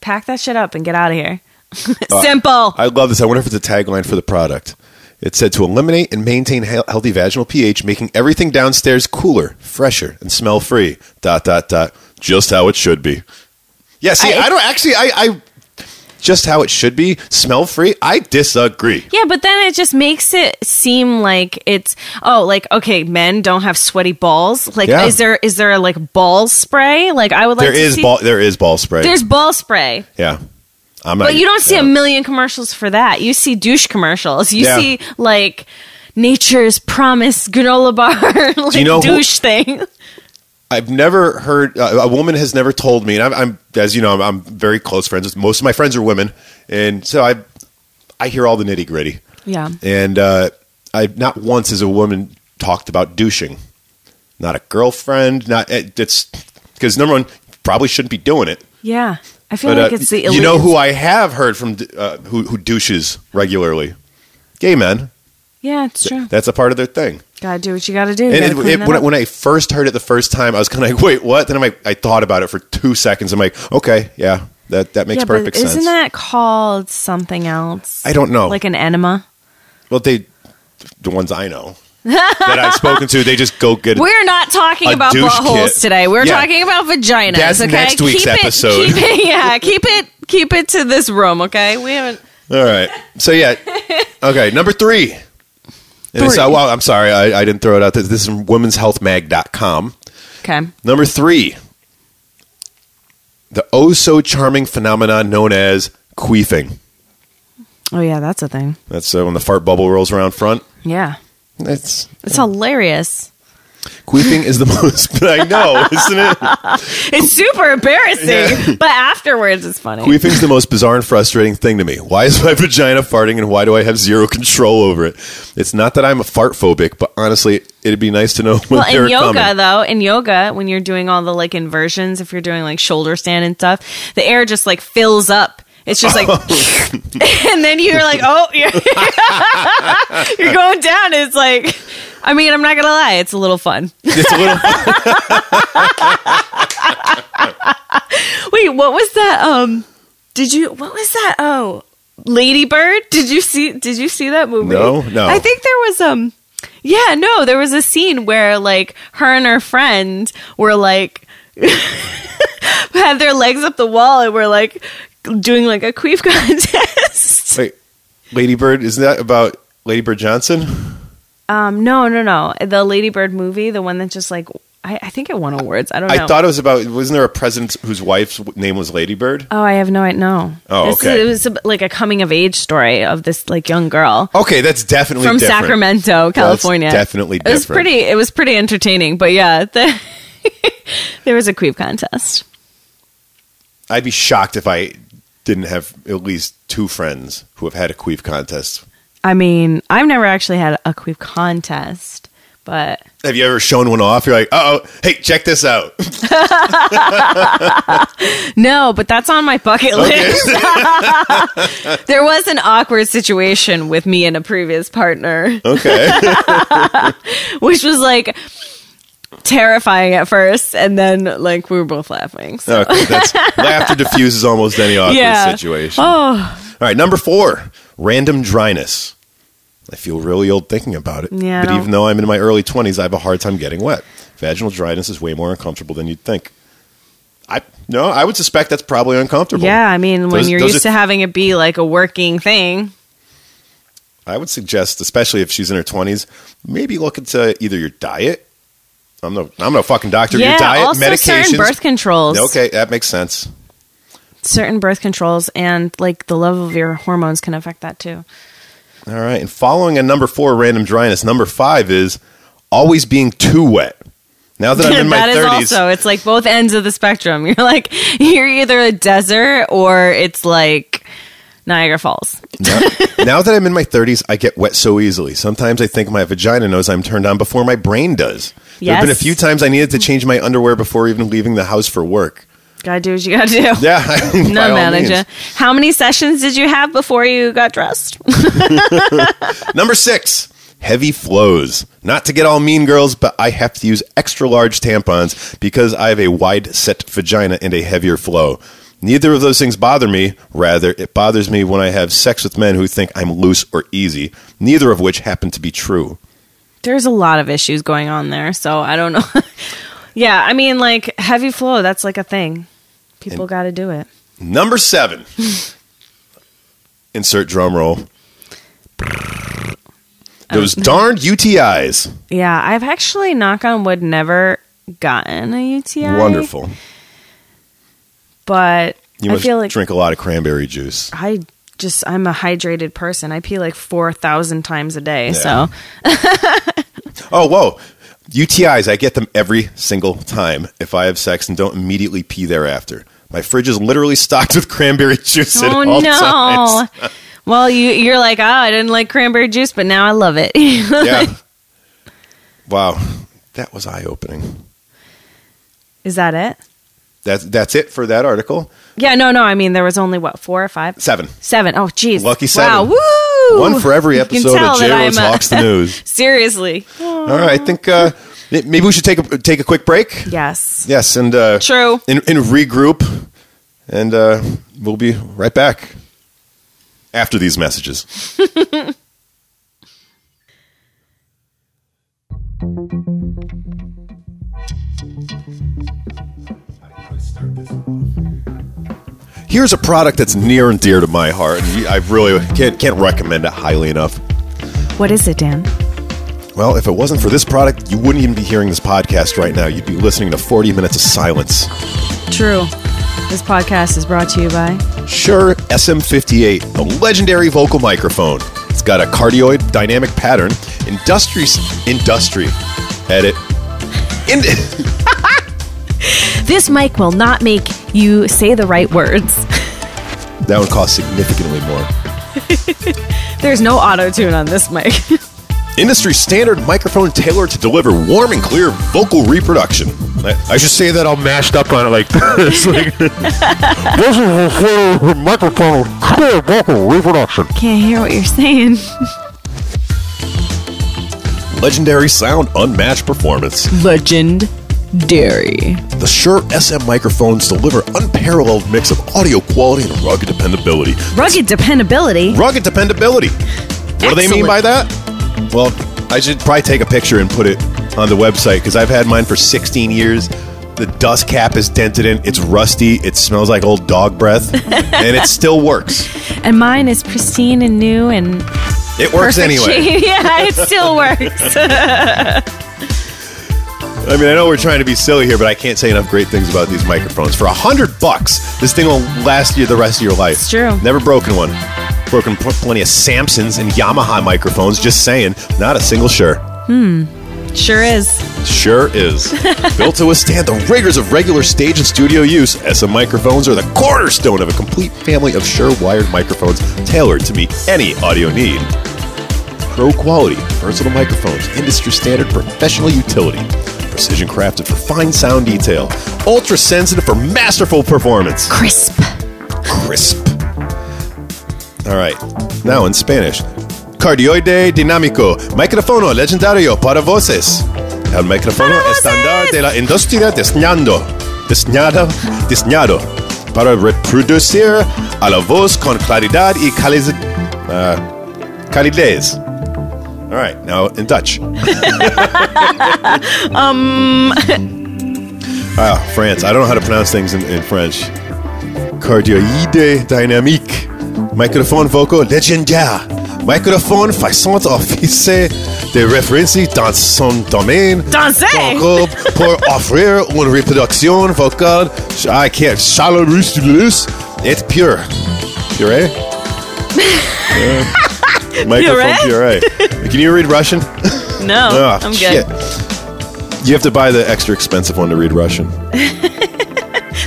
S2: pack that shit up and get out of here. <laughs> simple.
S1: I love this. I wonder if it's a tagline for the product. It said to eliminate and maintain he- healthy vaginal pH, making everything downstairs cooler, fresher, and smell free. Dot dot dot. Just how it should be. Yeah. See, I,
S2: I-
S1: don't actually. I, I just how it should be. Smell free. I disagree.
S2: Yeah, but then it just makes it seem like it's oh, like okay, men don't have sweaty balls. Like,
S1: Yeah.
S2: is there is there like ball spray? Like, I would like
S1: There
S2: to
S1: is
S2: see,
S1: ball. There is ball spray.
S2: There's ball spray,
S1: yeah. I'm not,
S2: but you don't see a
S1: yeah.
S2: million commercials for that. You see douche commercials. You
S1: Yeah.
S2: see like nature's promise granola bar, <laughs> like
S1: you know who-
S2: douche thing.
S1: I've never heard uh, a woman has never told me, and I'm, I'm as you know, I'm, I'm very close friends with most of my friends are women, and so I, I hear all the nitty gritty.
S2: Yeah,
S1: And uh, I not once has a woman talked about douching. Not a girlfriend. Not it- it's because number one probably shouldn't be doing it.
S2: yeah. Mm, I feel
S1: But
S2: like
S1: uh,
S2: it's the
S1: you know
S2: elite-
S1: who I have heard from uh, who who douches regularly. Gay men.
S2: Yeah, it's true.
S1: That's a part of their thing.
S2: Gotta do what you gotta do. Mm. You
S1: And
S2: gotta
S1: it,
S2: clean
S1: it,
S2: that
S1: when, I-
S2: up.
S1: when I first heard it the first time, I was kind of like, "Wait, what?" Then I'm like, I thought about it for two seconds. I'm like, "Okay, yeah, that that makes
S2: yeah,
S1: perfect
S2: but isn't
S1: sense."
S2: that called something else?
S1: I don't know.
S2: Like an enema.
S1: well, they, the ones I
S2: <laughs>
S1: know that I've spoken to, they just go get.
S2: We're not talking
S1: A
S2: about
S1: douche
S2: buttholes
S1: kit.
S2: today. We're
S1: Yeah.
S2: talking about vaginas.
S1: That's
S2: okay,
S1: next week's
S2: keep
S1: episode.
S2: It, keep
S1: <laughs>
S2: it, yeah, keep it, keep it to this room. Okay, we haven't.
S1: All right. So yeah. Okay, number three. And it's,
S2: three.
S1: uh, well, I'm sorry, I, I didn't throw it out. This, this is from womenshealthmag.com.
S2: Okay.
S1: Number three, the oh so charming phenomenon known as queefing.
S2: Oh yeah, that's a thing.
S1: That's uh, when the fart bubble rolls around front.
S2: Yeah,
S1: That's
S2: it's hilarious.
S1: queefing is the <laughs> most. I know, isn't it?
S2: It's super embarrassing, but afterwards it's funny.
S1: Queefing's the most bizarre and frustrating thing to me. Why is my <laughs> vagina farting and why do I have zero control over it? It's not that I'm a fart phobic, but honestly, it'd be nice to know <laughs> when
S2: well,
S1: they're
S2: in yoga <laughs>
S1: coming.
S2: though, in yoga, when you're doing all the like inversions, if you're doing like shoulder stand and stuff, the air just like fills up. It's just like,
S1: Oh.
S2: <laughs> and then you're like, oh, <laughs> you're, you're going down. It's like, I mean, I'm not gonna lie, it's a little fun.
S1: It's a little
S2: Wait, what was that? Um, did you? What was that? Oh, Ladybird. Did you see? Did you see that movie?
S1: No, no.
S2: I think there was um, yeah, no, there was a scene where like her and her friend were like <laughs> had their legs up the wall and were like doing like a queef <laughs> contest.
S1: Wait, Ladybird, is that about Ladybird Johnson?
S2: Um, no, no, no, the Ladybird movie, the one that just like I, I think it won awards. I don't know.
S1: I thought it was about, wasn't there a president whose wife's name was Ladybird?
S2: Oh, I have no idea. No.
S1: Oh,
S2: This is-
S1: okay.
S2: it was a, like a coming of age story of this like young girl.
S1: Okay, that's definitely
S2: from
S1: different.
S2: Sacramento, California.
S1: definitely
S2: It was
S1: different.
S2: pretty. It was pretty entertaining, but yeah, <laughs> the, there was a creep contest.
S1: I'd be shocked if I didn't have at least two friends who have had a queef contest.
S2: I mean, I've never actually had a creep contest, but
S1: Have you ever shown one off? You're like, uh oh, hey, check this out. <laughs>
S2: no, but that's on my bucket list.
S1: <laughs>
S2: <laughs> there was an awkward situation with me and a previous partner,
S1: Okay.
S2: <laughs> which was like terrifying at first, and then like we were both laughing. So.
S1: Okay, that's, laughter diffuses almost any awkward
S2: Yeah.
S1: situation.
S2: Oh,
S1: All right, number four, random dryness. I feel really old thinking about it.
S2: Yeah, I
S1: but
S2: don't-
S1: even though I'm in my early 20s, I have a hard time getting wet. Vaginal dryness is way more uncomfortable than you'd think. I no, I would suspect that's probably uncomfortable.
S2: yeah. I mean, when
S1: Those-
S2: you're
S1: those
S2: used
S1: are-
S2: to having it be like a working thing,
S1: I would suggest, especially if she's in her 20s, maybe look into either your diet. I'm no, I'm no fucking doctor. your diet,
S2: also certain
S1: medications.
S2: birth controls.
S1: okay, that makes sense.
S2: Certain birth controls and like the level of your hormones can affect that too.
S1: All right. And following a number four random dryness, number five is always being too wet. Now that I'm
S2: <laughs>
S1: in my
S2: That is
S1: 30s,
S2: also it's like both ends of the spectrum. <laughs> You're like you're either a desert or it's like Niagara Falls.
S1: now,
S2: <laughs>
S1: now that I'm in my 30s, I get wet so easily. Sometimes I think my vagina knows I'm turned on before my brain does. There have been a
S2: Yes.
S1: few times I needed to change my underwear before even leaving the house for work.
S2: Gotta do what you gotta do.
S1: Yeah, <laughs> by
S2: <laughs> No
S1: all
S2: manager.
S1: means.
S2: How many sessions did you have before you got dressed? <laughs>
S1: Number six, heavy flows. Not to get all mean girls, but I have to use extra large tampons because I have a wide set vagina and a heavier flow. Neither of those things bother me. Rather, it bothers me when I have sex with men who think I'm loose or easy, neither of which happen to be true.
S2: There's a lot of issues going on there, so I don't know. <laughs> yeah, I mean like heavy flow, that's like a thing. People gotta do it.
S1: Number seven. Insert drum roll. Those
S2: Um,
S1: darned UTIs.
S2: Yeah, I've actually, knock on wood, never gotten a UTI.
S1: Wonderful.
S2: But
S1: You
S2: I
S1: must
S2: feel like
S1: drink a lot of cranberry juice.
S2: I just, I'm a hydrated person. I pee like 4,000 times a day.
S1: Yeah. <laughs>
S2: So,
S1: Oh, whoa. UTIs, I get them every single time if I have sex and don't immediately pee thereafter. My fridge is literally stocked with cranberry <laughs> juice at
S2: oh
S1: all
S2: no. <laughs>
S1: times. <laughs>
S2: well, you, you're like, oh, I didn't like cranberry juice, but now I love it. <laughs>
S1: Yeah. wow. That was eye opening.
S2: Is that it?
S1: That's, that's it for that article.
S2: Yeah, no, no. I mean, there was only, what, four or five?
S1: Seven.
S2: Seven. Oh, geez.
S1: Lucky
S2: Wow.
S1: seven.
S2: Woo!
S1: One for every
S2: You can
S1: episode
S2: tell
S1: of
S2: that
S1: J Ro
S2: I'm a-
S1: Talks
S2: <laughs>
S1: the News.
S2: Seriously.
S1: All right. I think uh, may- maybe we should take a, take a quick break.
S2: Yes.
S1: Yes. And, uh,
S2: True.
S1: and, and regroup. And uh, we'll be right back after these messages. <laughs> Here's a product that's near and dear to my heart, and you- I really can't, can't recommend it highly enough.
S2: What is it, Dan?
S1: Well, if it wasn't for this product, you wouldn't even be hearing this podcast right now. You'd be listening to 40 minutes of silence.
S2: True. This podcast is brought to you by
S1: Sure SM58, a legendary vocal microphone. It's got a cardioid dynamic pattern, industry, industry, edit. In, <laughs>
S2: This mic will not make you say the right words. <laughs>
S1: that would cost significantly more.
S2: There's no auto tune on this mic. <laughs>
S1: Industry standard microphone tailored to deliver warm and clear vocal reproduction. I, I should say that all mashed up on it like <laughs> this. like-
S3: This is a full microphone clear vocal reproduction.
S2: Can't hear what you're saying.
S1: legendary sound, unmatched performance.
S2: Legend Dairy.
S1: The Shure SM microphones deliver unparalleled mix of audio quality and rugged dependability.
S2: Rugged dependability.
S1: Rugged dependability. What do they mean
S2: Excellent.
S1: by that? Well, I should probably take a picture and put it on the website because I've had mine for 16 years. The dust cap is dented in. It's rusty. It smells like old dog
S2: <laughs>
S1: breath, and it still works.
S2: And mine is pristine and new and
S1: It works
S2: perfect
S1: anyway.
S2: shape. <laughs> yeah,
S1: <laughs>
S2: it still works.
S1: I mean, I know we're trying to be silly here, but I can't say enough great things about these microphones. For a hundred bucks, this thing will last you the rest of your life.
S2: It's true.
S1: Never broken one. Broken pl- plenty of Samsons and Yamaha microphones. Just saying, not a single sure.
S2: sure is.
S1: Sure is. Built to withstand the rigors of regular stage and studio use, SM microphones are the cornerstone of a complete family of Shure wired microphones tailored to meet any audio need. Pro quality, versatile microphones, industry standard professional utility, precision crafted for fine sound detail, ultra sensitive for masterful performance
S2: Crisp.
S1: crisp. All right, now in Spanish. Cardioide dinámico, micrófono legendario para voces. El micrófono
S2: Para voces!
S1: estándar de la industria diseñado, diseñado, diseñado para reproducir a la voz con claridad y cali- uh, calidez. All right, now in Dutch. um. Ah, France. I don't know how to pronounce things in, in French. Cardioide dynamique. Microphone vocal legendaire. Microphone faisant office de référence dans son domaine.
S2: Danse!
S1: Vocal pour offrir une reproduction vocale. I can't. Chalorus et pure. Puree?
S2: <laughs>
S1: Yeah. Microphone puree.
S2: <laughs>
S1: Can you read Russian?
S2: No,
S1: Ah,
S2: I'm good.
S1: shit. You have to buy the extra expensive one to read Russian.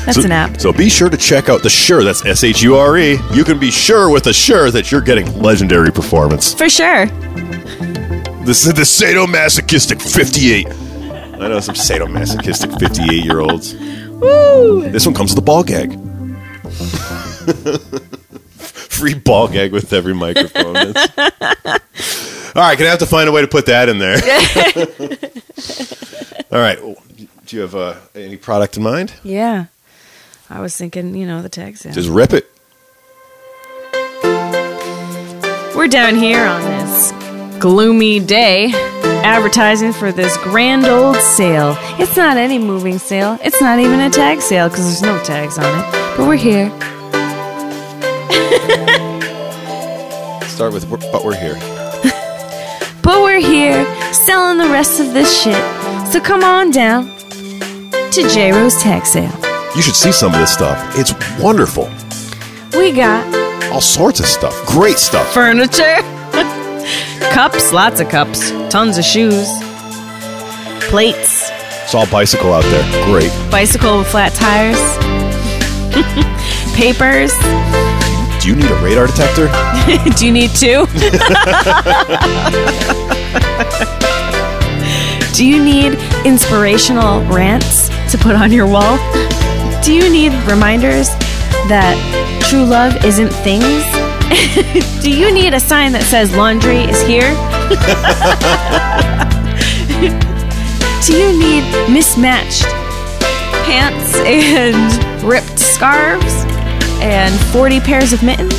S2: That's an app.
S1: So be sure to check out the Sure. That's S H U R E. You can be sure with the Sure that you're getting legendary performance.
S2: For sure.
S1: This is the sadomasochistic 58. I know some sadomasochistic 58 year olds.
S2: Woo!
S1: This one comes with a ball gag. <laughs> Free ball gag with every microphone. That's- All right, gonna have to find a way to put that in <laughs> there. All right, do you have uh, any product in mind?
S2: Yeah. I was thinking, you know, the tags.
S1: Just rip it.
S2: We're down here on this gloomy day advertising for this grand old sale. It's not any moving sale, it's not even a tag sale because there's no tags on it. But we're here.
S1: Start with, "We're- but we're here.
S2: But we're here selling the rest of this shit. So come on down to J Rose Tag Sale.
S1: You should see some of this stuff. It's wonderful.
S2: We got
S1: All sorts of stuff. Great stuff.
S2: furniture, <laughs> cups, lots of cups, tons of shoes, plates,
S1: It's all bicycle out there. Great.
S2: bicycle with flat tires, <laughs> papers.
S1: Do you need a radar detector?
S2: <laughs> Do you need two? Do you need inspirational rants to put on your wall? Do you need reminders that true love isn't things? <laughs> Do you need a sign that says laundry is here? <laughs> Do you need mismatched pants and ripped scarves and 40 pairs of mittens?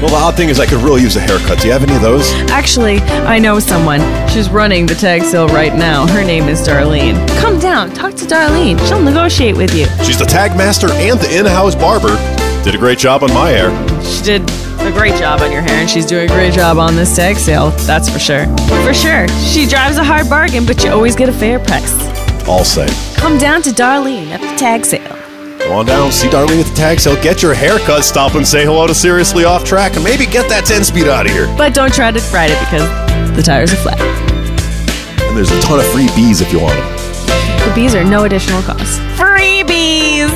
S1: Well, the odd thing is, I could really use a haircut. Do you have any of those?
S2: Actually, I know someone. She's running the tag sale right now. Her name is Darlene. Come down, talk to Darlene. She'll negotiate with you.
S1: She's the tag master and the in house barber. Did a great job on my hair.
S2: She did a great job on your hair, and she's doing a great job on this tag sale. That's for sure. For sure. She drives a hard bargain, but you always get a fair price.
S1: All set.
S2: Come down to Darlene at the tag sale.
S1: Go on down, see Darlene at the tag sale, get your haircut, stop and say hello to Seriously Off Track, and maybe get that 10 speed out of here.
S2: But don't try to ride it because the tires are flat.
S1: And there's a ton of free bees if you want them.
S2: The bees are no additional cost. Freebies!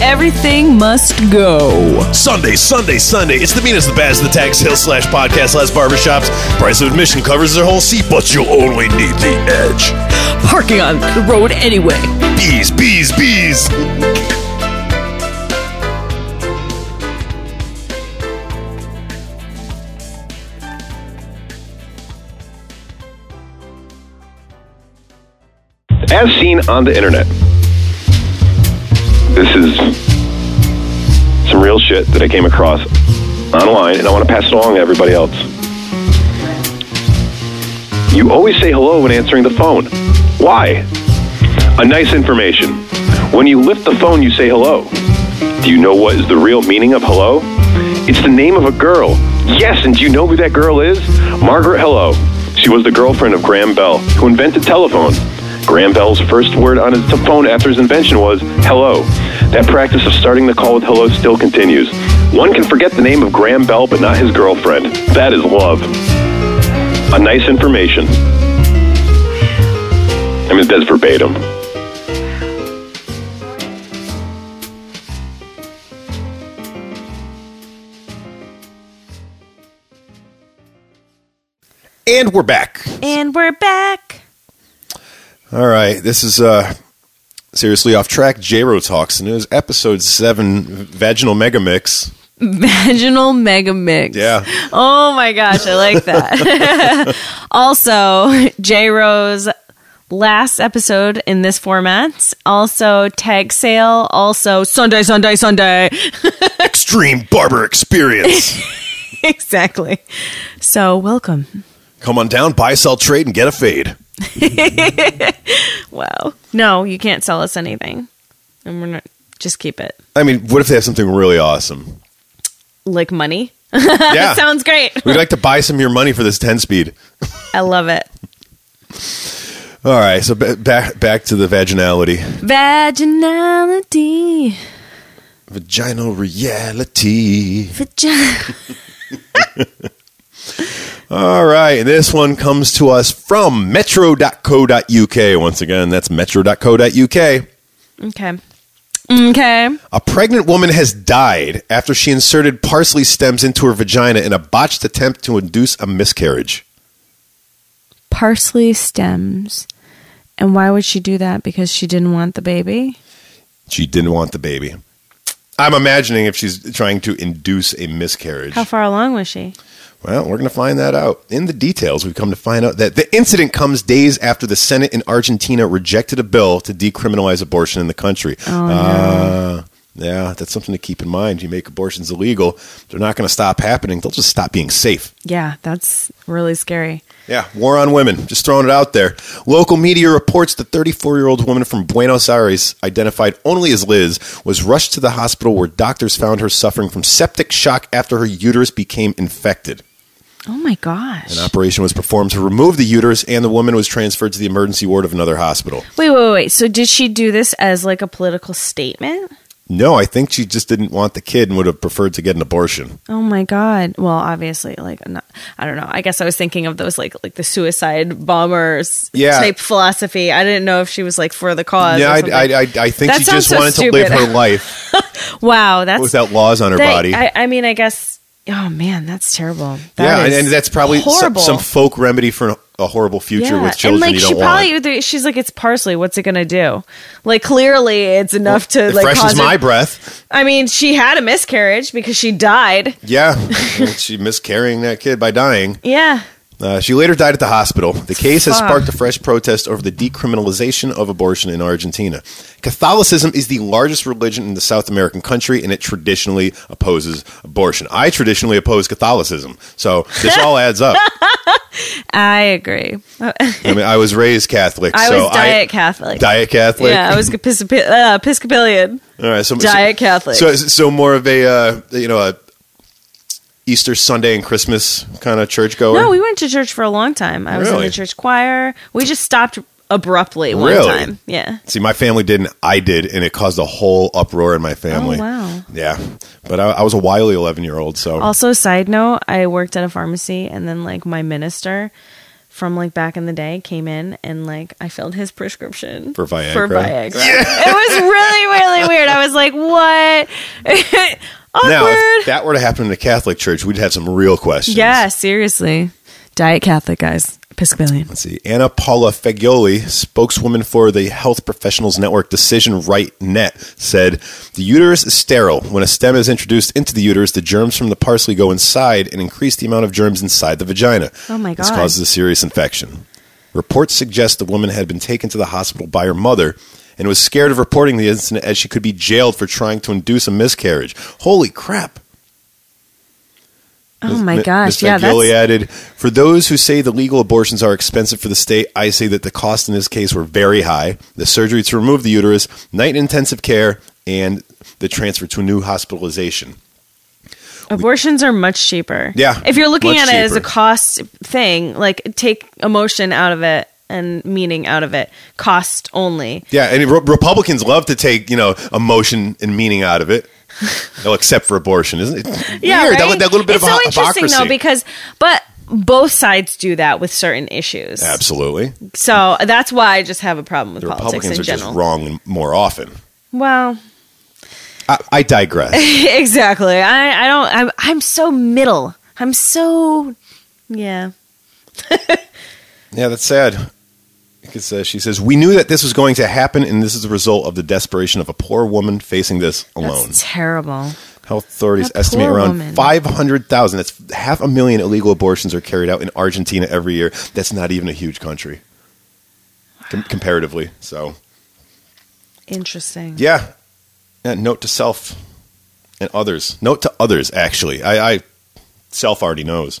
S2: Everything must go.
S1: Sunday, Sunday, Sunday. It's the meanest, the baddest, the tax hill slash podcast slash barbershops. Price of admission covers their whole seat, but you'll only need the edge.
S2: Parking on the road anyway.
S1: Bees, bees, bees.
S4: as seen on the internet. This is some real shit that I came across online, and I want to pass it along to everybody else. You always say hello when answering the phone. Why? A nice information. When you lift the phone, you say hello. Do you know what is the real meaning of hello? It's the name of a girl. Yes, and do you know who that girl is? Margaret Hello. She was the girlfriend of Graham Bell, who invented telephone. Graham Bell's first word on his phone after his invention was hello. That practice of starting the call with hello still continues. One can forget the name of Graham Bell, but not his girlfriend. That is love. A nice information. I mean, that's verbatim.
S1: And we're back.
S2: And we're back.
S1: All right, this is uh seriously off track. J-Ro talks, and it was episode seven, vaginal megamix.
S2: Vaginal mega mix.
S1: Yeah,
S2: Oh my gosh, I like that. also, J Rose last episode in this format. Also, tag sale. Also, Sunday, Sunday,
S1: <laughs>
S2: Sunday. <laughs>
S1: extreme barber <laughs> experience.
S2: exactly. So, welcome.
S1: Come on down, buy, sell, trade, and get a fade.
S2: Wow. No, you can't sell us anything. And we're not, just keep it.
S1: I mean, what if they have something really awesome?
S2: Like money.
S1: <laughs> Yeah,
S2: Sounds great.
S1: we'd like to buy some of your money for this ten speed.
S2: I love it.
S1: All right, so ba- back back to the vaginality.
S2: Vaginality.
S1: Vaginal reality.
S2: Vagina.
S1: All right. And this one comes to us from metro.co.uk. Once again, that's metro.co.uk.
S2: Okay. Okay.
S1: A pregnant woman has died after she inserted parsley stems into her vagina in a botched attempt to induce a miscarriage.
S2: parsley stems. And why would she do that? Because she didn't want the baby?
S1: She didn't want the baby. I'm imagining if she's trying to induce a miscarriage.
S2: How far along was she?
S1: Well, we're going to find that out. In the details, we've come to find out that the incident comes days after the Senate in Argentina rejected a bill to decriminalize abortion in the country. Oh, uh, yeah, that's something to keep in mind. You make abortions illegal, they're not going to stop happening. They'll just stop being safe.
S2: Yeah, that's really scary.
S1: Yeah, war on women. Just throwing it out there. Local media reports the 34 year old woman from Buenos Aires, identified only as Liz, was rushed to the hospital where doctors found her suffering from septic shock after her uterus became infected.
S2: Oh my gosh.
S1: An operation was performed to remove the uterus, and the woman was transferred to the emergency ward of another hospital.
S2: Wait, wait, wait. So did she do this as like a political statement?
S1: No, I think she just didn't want the kid and would have preferred to get an abortion.
S2: Oh my god. Well, obviously like not, I don't know. I guess I was thinking of those like like the suicide bombers
S1: Yeah.
S2: type philosophy. I didn't know if she was like for the cause.
S1: Yeah,
S2: or
S1: I,
S2: something.
S1: I, I, I think
S2: Oh, That
S1: she just
S2: sounds so
S1: wanted to live
S2: stupid.
S1: her life
S2: wow, that's
S1: without laws on her
S2: that-
S1: body.
S2: I, I mean, I guess Oh man, that's terrible. That
S1: yeah, and,
S2: is
S1: and that's probably some,
S2: horrible.
S1: some folk remedy for an- a horrible future with children
S2: And like
S1: you
S2: she
S1: don't
S2: probably
S1: want.
S2: either- she's like, it's parsley, what's it gonna do? Like clearly it's enough to
S1: it
S2: like
S1: freshens
S2: cause
S1: my
S2: her-
S1: breath.
S2: I mean, she had a miscarriage because she died.
S1: Yeah, And she miscarrying that kid by dying.
S2: Yeah.
S1: Uh, she later died at the hospital. The case has
S2: Fuck.
S1: sparked a fresh protest over the decriminalization of abortion in Argentina. Catholicism is the largest religion in the South American country, and it traditionally opposes abortion. I traditionally oppose Catholicism, so this all adds
S2: <laughs>
S1: up.
S2: I agree. I
S1: I mean, I was raised Catholic, so
S2: was diet Catholic.
S1: diet Catholic.
S2: yeah,
S1: <laughs>
S2: I was Episcopi- uh, Episcopalian.
S1: all right, so,
S2: diet Catholic.
S1: So, so more of a uh, you know a Easter Sunday and Christmas kind of church goer?
S2: No, we went to church for a long time. I was in
S1: Really?
S2: the church choir. We just stopped abruptly one
S1: Really?
S2: time. Yeah.
S1: See, my family didn't. I did, and it caused a whole uproar in my family.
S2: Oh, wow.
S1: Yeah, but I, I was a wily eleven-year-old, so
S2: Also, side note, I worked at a pharmacy, and then like my minister from like back in the day came in, and like I filled his prescription
S1: For Viagra?
S2: For Viagra, it was really <laughs> really weird. I was like, what? <laughs> Awkward.
S1: now if that were to happen in the Catholic Church, we'd have some real questions.
S2: yeah, seriously. Diet Catholic guys, Episcopalian.
S1: Let's see. Anna Paula Fagioli, spokeswoman for the Health Professionals Network Decision Right Net, said the uterus is sterile. When a stem is introduced into the uterus, the germs from the parsley go inside and increase the amount of germs inside the vagina.
S2: Oh my
S1: This
S2: God.
S1: causes a serious infection. Reports suggest the woman had been taken to the hospital by her mother and was scared of reporting the incident as she could be jailed for trying to induce a miscarriage. Holy crap.
S2: Oh my
S1: Mi- Ms.
S2: gosh, yeah,
S1: Fagioli
S2: that's
S1: added, for those who say the legal abortions are expensive for the state, I say that the costs in this case were very high. The surgery to remove the uterus, night intensive care, and the transfer to a new hospitalization.
S2: abortions are much cheaper.
S1: Yeah,
S2: if you're looking
S1: much
S2: at it as a
S1: cheaper.
S2: cost thing, like take emotion out of it and meaning out of it, cost only.
S1: Yeah, and re- Republicans love to take you know emotion and meaning out of
S2: <laughs>
S1: it. They'll accept for abortion, isn't it?
S2: yeah,
S1: Weird, that-
S2: right?
S1: that, little bit
S2: it's
S1: of
S2: so
S1: hy-
S2: interesting
S1: hypocrisy.
S2: though because but both sides do that with certain issues.
S1: Absolutely,
S2: So that's why I just have a problem with
S1: the
S2: politics
S1: Republicans
S2: in
S1: are
S2: general.
S1: just wrong more often.
S2: Well, <laughs>
S1: I, I digress.
S2: exactly. I I don't. I'm I'm so middle. I'm so yeah.
S1: yeah, that's sad. Because uh, she says, we knew that this was going to happen, and this is the result of the desperation of a poor woman facing this alone.
S2: That's terrible.
S1: Health authorities
S2: A
S1: estimate
S2: poor
S1: around
S2: woman.
S1: 500,000. That's half a million illegal abortions are carried out in Argentina every year. That's not even a huge country com- comparatively. So,
S2: Interesting.
S1: yeah. Yeah, Note to self and others. Note to others, actually. I, I self already knows.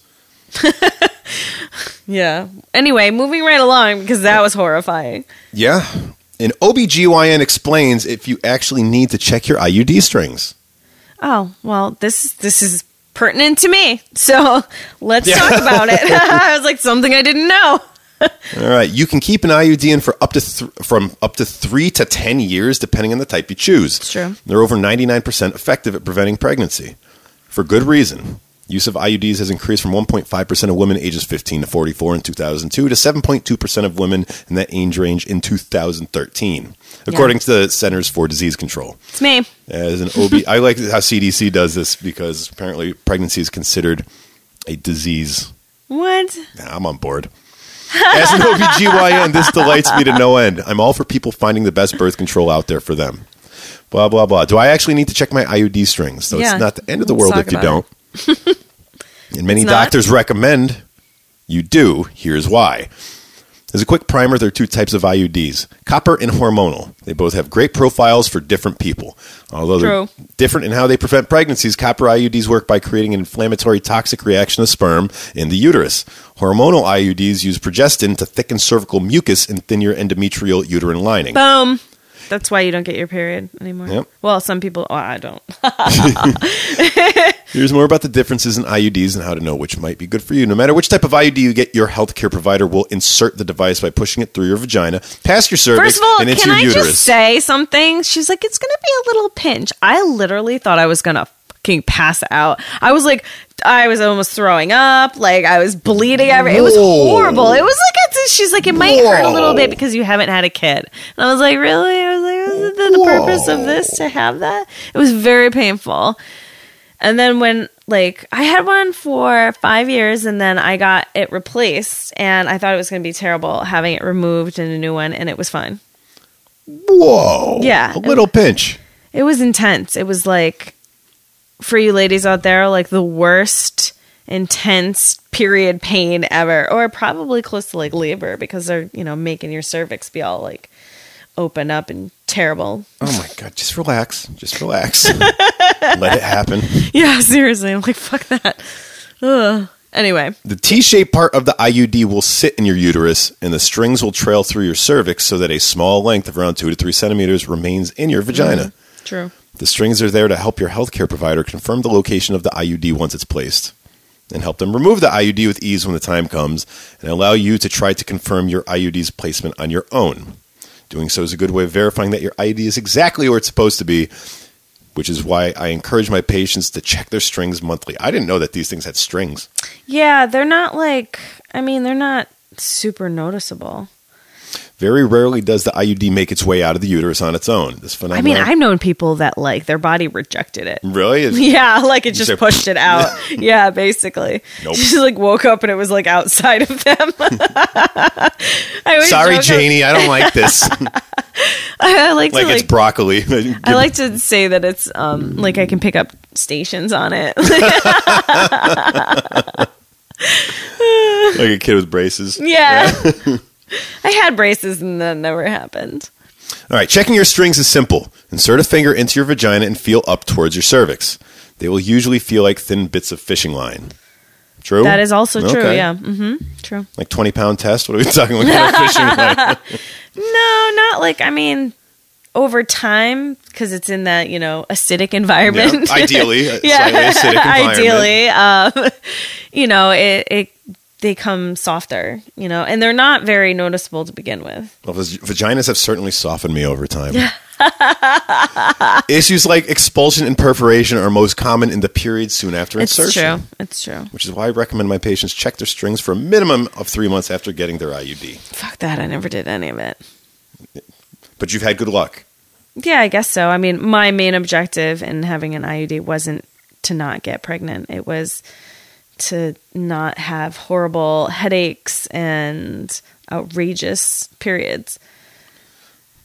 S2: Yeah. Anyway, moving right along because that was horrifying.
S1: Yeah. And OBGYN explains if you actually need to check your IUD strings.
S2: Oh well, this this is pertinent to me. So <laughs> let's talk
S1: <laughs>
S2: about it. <laughs> I was like something I didn't know.
S1: All right, you can keep an IUD in for up to th- from up to three to ten years, depending on the type you choose.
S2: It's true.
S1: They're over ninety nine percent effective at preventing pregnancy, for good reason. Use of IUDs has increased from one point five percent of women ages fifteen to forty four in two thousand two to seven point two percent of women in that age range in two thousand thirteen, according to the Centers for Disease Control.
S2: It's me.
S1: As an OB, I like how CDC does this because apparently pregnancy is considered a disease.
S2: What?
S1: Yeah, I'm on board. As an OBGYN, this delights me to no end. I'm all for people finding the best birth control out there for them. Blah, blah, blah. Do I actually need to check my IUD strings? So
S2: Yeah,
S1: it's not the end of the
S2: let's
S1: world if
S2: talk
S1: you
S2: about
S1: don't.
S2: <laughs>
S1: and many
S2: It's not.
S1: doctors recommend you do. Here's why. As a quick primer, there are two types of IUDs copper and hormonal. They both have great profiles for different people. Although
S2: True.
S1: they're different in how they prevent pregnancies, copper IUDs work by creating an inflammatory toxic reaction of sperm in the uterus. Hormonal IUDs use progestin to thicken cervical mucus and thin your endometrial uterine lining.
S2: Boom. Um, That's why you don't get your period anymore.
S1: Yep.
S2: Well, some people. Oh, I don't.
S1: Here's more about the differences in IUDs and how to know which might be good for you. No matter which type of IUD you get, your healthcare provider will insert the device by pushing it through your vagina, past your cervix,
S2: First of all,
S1: and into
S2: can
S1: your
S2: I
S1: uterus.
S2: just say something? She's like, it's going to be a little pinch. I literally thought I was going to fucking pass out. I was like, I was almost throwing up. Like, I was bleeding. Every- it was
S1: Whoa.
S2: horrible. It was like, it's, she's like, it might hurt a little bit because you haven't had a kid. And I was like, really? I was like, is it the purpose of this to have that? It was very painful. And then when like I had one for five years and then I got it replaced and I thought it was gonna be terrible having it removed and a new one and it was fine.
S1: Whoa.
S2: Yeah.
S1: A little pinch.
S2: It was intense. It was like for you ladies out there, like the worst intense period pain ever. Or probably close to like labor because they're, you know, making your cervix be all like open up and terrible.
S1: Oh my god, just relax. Just relax. <laughs> Let it happen.
S2: <laughs> Yeah, seriously. I'm like, fuck that. Ugh. Anyway.
S1: The T-shaped part of the IUD will sit in your uterus and the strings will trail through your cervix so that a small length of around 2 to 3 centimeters remains in your vagina.
S2: True.
S1: The strings are there to help your healthcare provider confirm the location of the IUD once it's placed and help them remove the IUD with ease when the time comes and allow you to try to confirm your IUD's placement on your own. Doing so is a good way of verifying that your IUD is exactly where it's supposed to be, which is why I encourage my patients to check their strings monthly. I didn't know that these things had strings.
S2: Yeah, they're not like, I mean, they're not super noticeable.
S1: Very rarely does the IUD make its way out of the uterus on its own. This
S2: I
S1: phenomenon.
S2: mean, I've known people that like their body rejected it.
S1: really It's-
S2: <laughs> Yeah, like it just
S1: said- <laughs>
S2: pushed it out. yeah, basically. <laughs>
S1: Nope.
S2: She like woke up and it was like outside of them. <laughs> I always
S1: Sorry,
S2: joke,
S1: Janie, I don't like this.
S2: <laughs> I, I like to
S1: like
S2: like,
S1: it's broccoli. <laughs>
S2: I like to say that it's um like I can pick up stations on
S1: <laughs>
S2: it. <laughs>
S1: like a kid with braces.
S2: yeah. <laughs> I had braces and that never happened.
S1: All right, checking your strings is simple. Insert a finger into your vagina and feel up towards your cervix. They will usually feel like thin bits of fishing line. True.
S2: That is also true.
S1: Okay.
S2: Yeah. hmm True.
S1: Like twenty pound test. What are we <laughs> talking? What kind of fishing
S2: <laughs>
S1: line?
S2: No, not like I mean over time because it's in that you know acidic environment.
S1: Yeah,
S2: <laughs>
S1: ideally, a slightly
S2: yeah, <laughs>
S1: acidic environment.
S2: ideally, um, <laughs> you know it. it they come softer, you know, and they're not very noticeable to begin with.
S1: Well, vag- vaginas have certainly softened me over time. <laughs> Issues like expulsion and perforation are most common in the period soon after
S2: It's
S1: insertion.
S2: true. It's true.
S1: Which is why I recommend my patients check their strings for a minimum of three months after getting their IUD.
S2: Fuck that. I never did any of it.
S1: But you've had good luck.
S2: Yeah, I guess so. I mean, my main objective in having an IUD wasn't to not get pregnant. It was to not have horrible headaches and outrageous periods.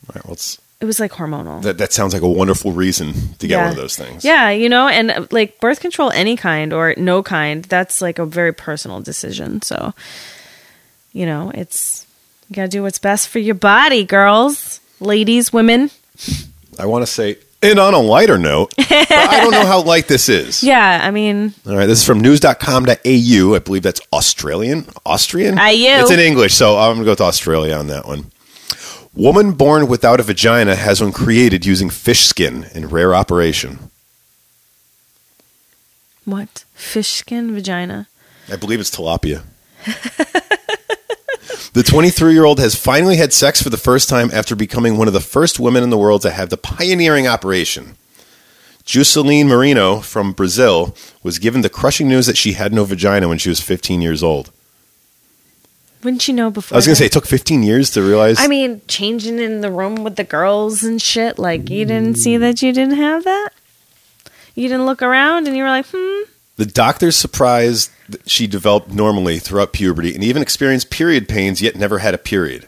S1: All right, well, it's,
S2: It was like hormonal.
S1: that, that sounds like a wonderful reason to get
S2: Yeah.
S1: one of those things.
S2: Yeah, you know, and uh, like birth control, any kind or no kind, that's like a very personal decision. So, you know, it's you gotta do what's best for your body, girls, ladies, women.
S1: I want to say, and on a lighter
S2: <laughs>
S1: note, but I don't know how light this is.
S2: Yeah, I mean,
S1: All right, this is from news.com.au. I believe that's Australian. Austrian?
S2: AU.
S1: It's in English, so I'm going to go with Australia on that one. Woman born without a vagina has one created using fish skin in rare operation.
S2: what fish skin vagina?
S1: I believe it's tilapia. the 23 year old has finally had sex for the first time after becoming one of the first women in the world to have the pioneering operation. Jusceline Marino from Brazil was given the crushing news that she had no vagina when she was 15 years old.
S2: Wouldn't you know before?
S1: I was going to say
S2: that?
S1: it took 15 years to realize.
S2: I mean, changing in the room with the girls and shit. Like, you didn't see that you didn't have that? You didn't look around and you were like, hmm.
S1: the doctor's surprised that she developed normally throughout puberty and even experienced period pains yet never had a period.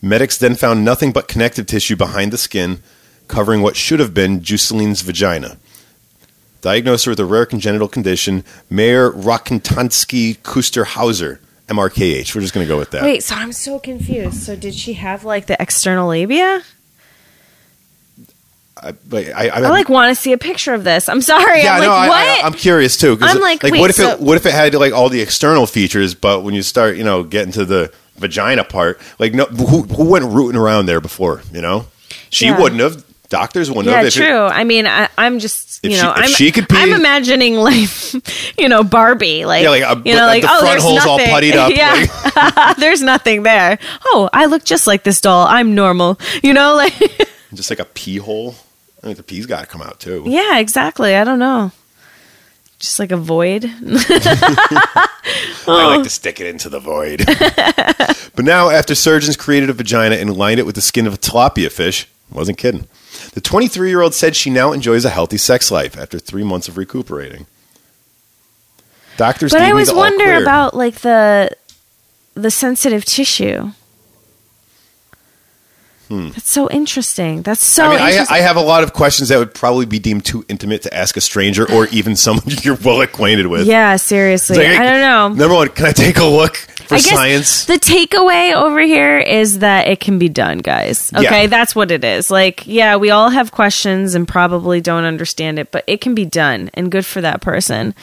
S1: Medics then found nothing but connective tissue behind the skin, covering what should have been Jusceline's vagina. Diagnosed her with a rare congenital condition, Mayor Rakintansky Kusterhauser, MRKH. We're just going to go with that.
S2: Wait, so I'm so confused. So, did she have like the external labia?
S1: I, I, I,
S2: I like want to see a picture of this. I'm sorry.
S1: yeah,
S2: I'm like,
S1: no, I,
S2: what?
S1: I, am curious too. 'cause,
S2: I'm like, wait,
S1: what if
S2: so-
S1: it what if it had like all the external features, but when you start, you know, getting to the vagina part, like, no, who, who went rooting around there before? You know, she
S2: Yeah.
S1: wouldn't have. Doctors wouldn't
S2: yeah,
S1: have. if it-
S2: true. I mean, I, I'm just
S1: If
S2: you
S1: she-
S2: know,
S1: if
S2: I'm
S1: she could pee-
S2: I'm imagining like <laughs> you know Barbie, like
S1: yeah, like, a,
S2: you know,
S1: like,
S2: like
S1: the
S2: oh,
S1: front
S2: there's
S1: hole's all
S2: nothing.
S1: puttied up.
S2: <laughs> yeah,
S1: like-
S2: <laughs>
S1: <laughs>
S2: there's nothing there. Oh, I look just like this doll. I'm normal. You know, like <laughs>
S1: just like a pee hole. I think the pee's got to come out too.
S2: yeah, exactly. I don't know. Just like a void.
S1: I
S2: Uh-huh.
S1: like to stick it into the void. <laughs> but now, after surgeons created a vagina and lined it with the skin of a tilapia fish, wasn't kidding. The 23 year old said she now enjoys a healthy sex life after three months of recuperating. Doctors,
S2: But
S1: gave
S2: I
S1: me
S2: always
S1: the all
S2: wonder
S1: clear.
S2: about like the the sensitive tissue. That's so interesting. That's so
S1: Hmm. I mean, I,
S2: interesting.
S1: I have a lot of questions that would probably be deemed too intimate to ask a stranger or even someone <laughs> you're well acquainted with.
S2: yeah, seriously.
S1: It's like,
S2: I don't know.
S1: Number one, can I take a look for
S2: I guess
S1: science?
S2: The takeaway over here is that it can be done, guys. Okay,
S1: Yeah.
S2: that's what it is. Like, yeah, we all have questions and probably don't understand it, but it can be done and good for that person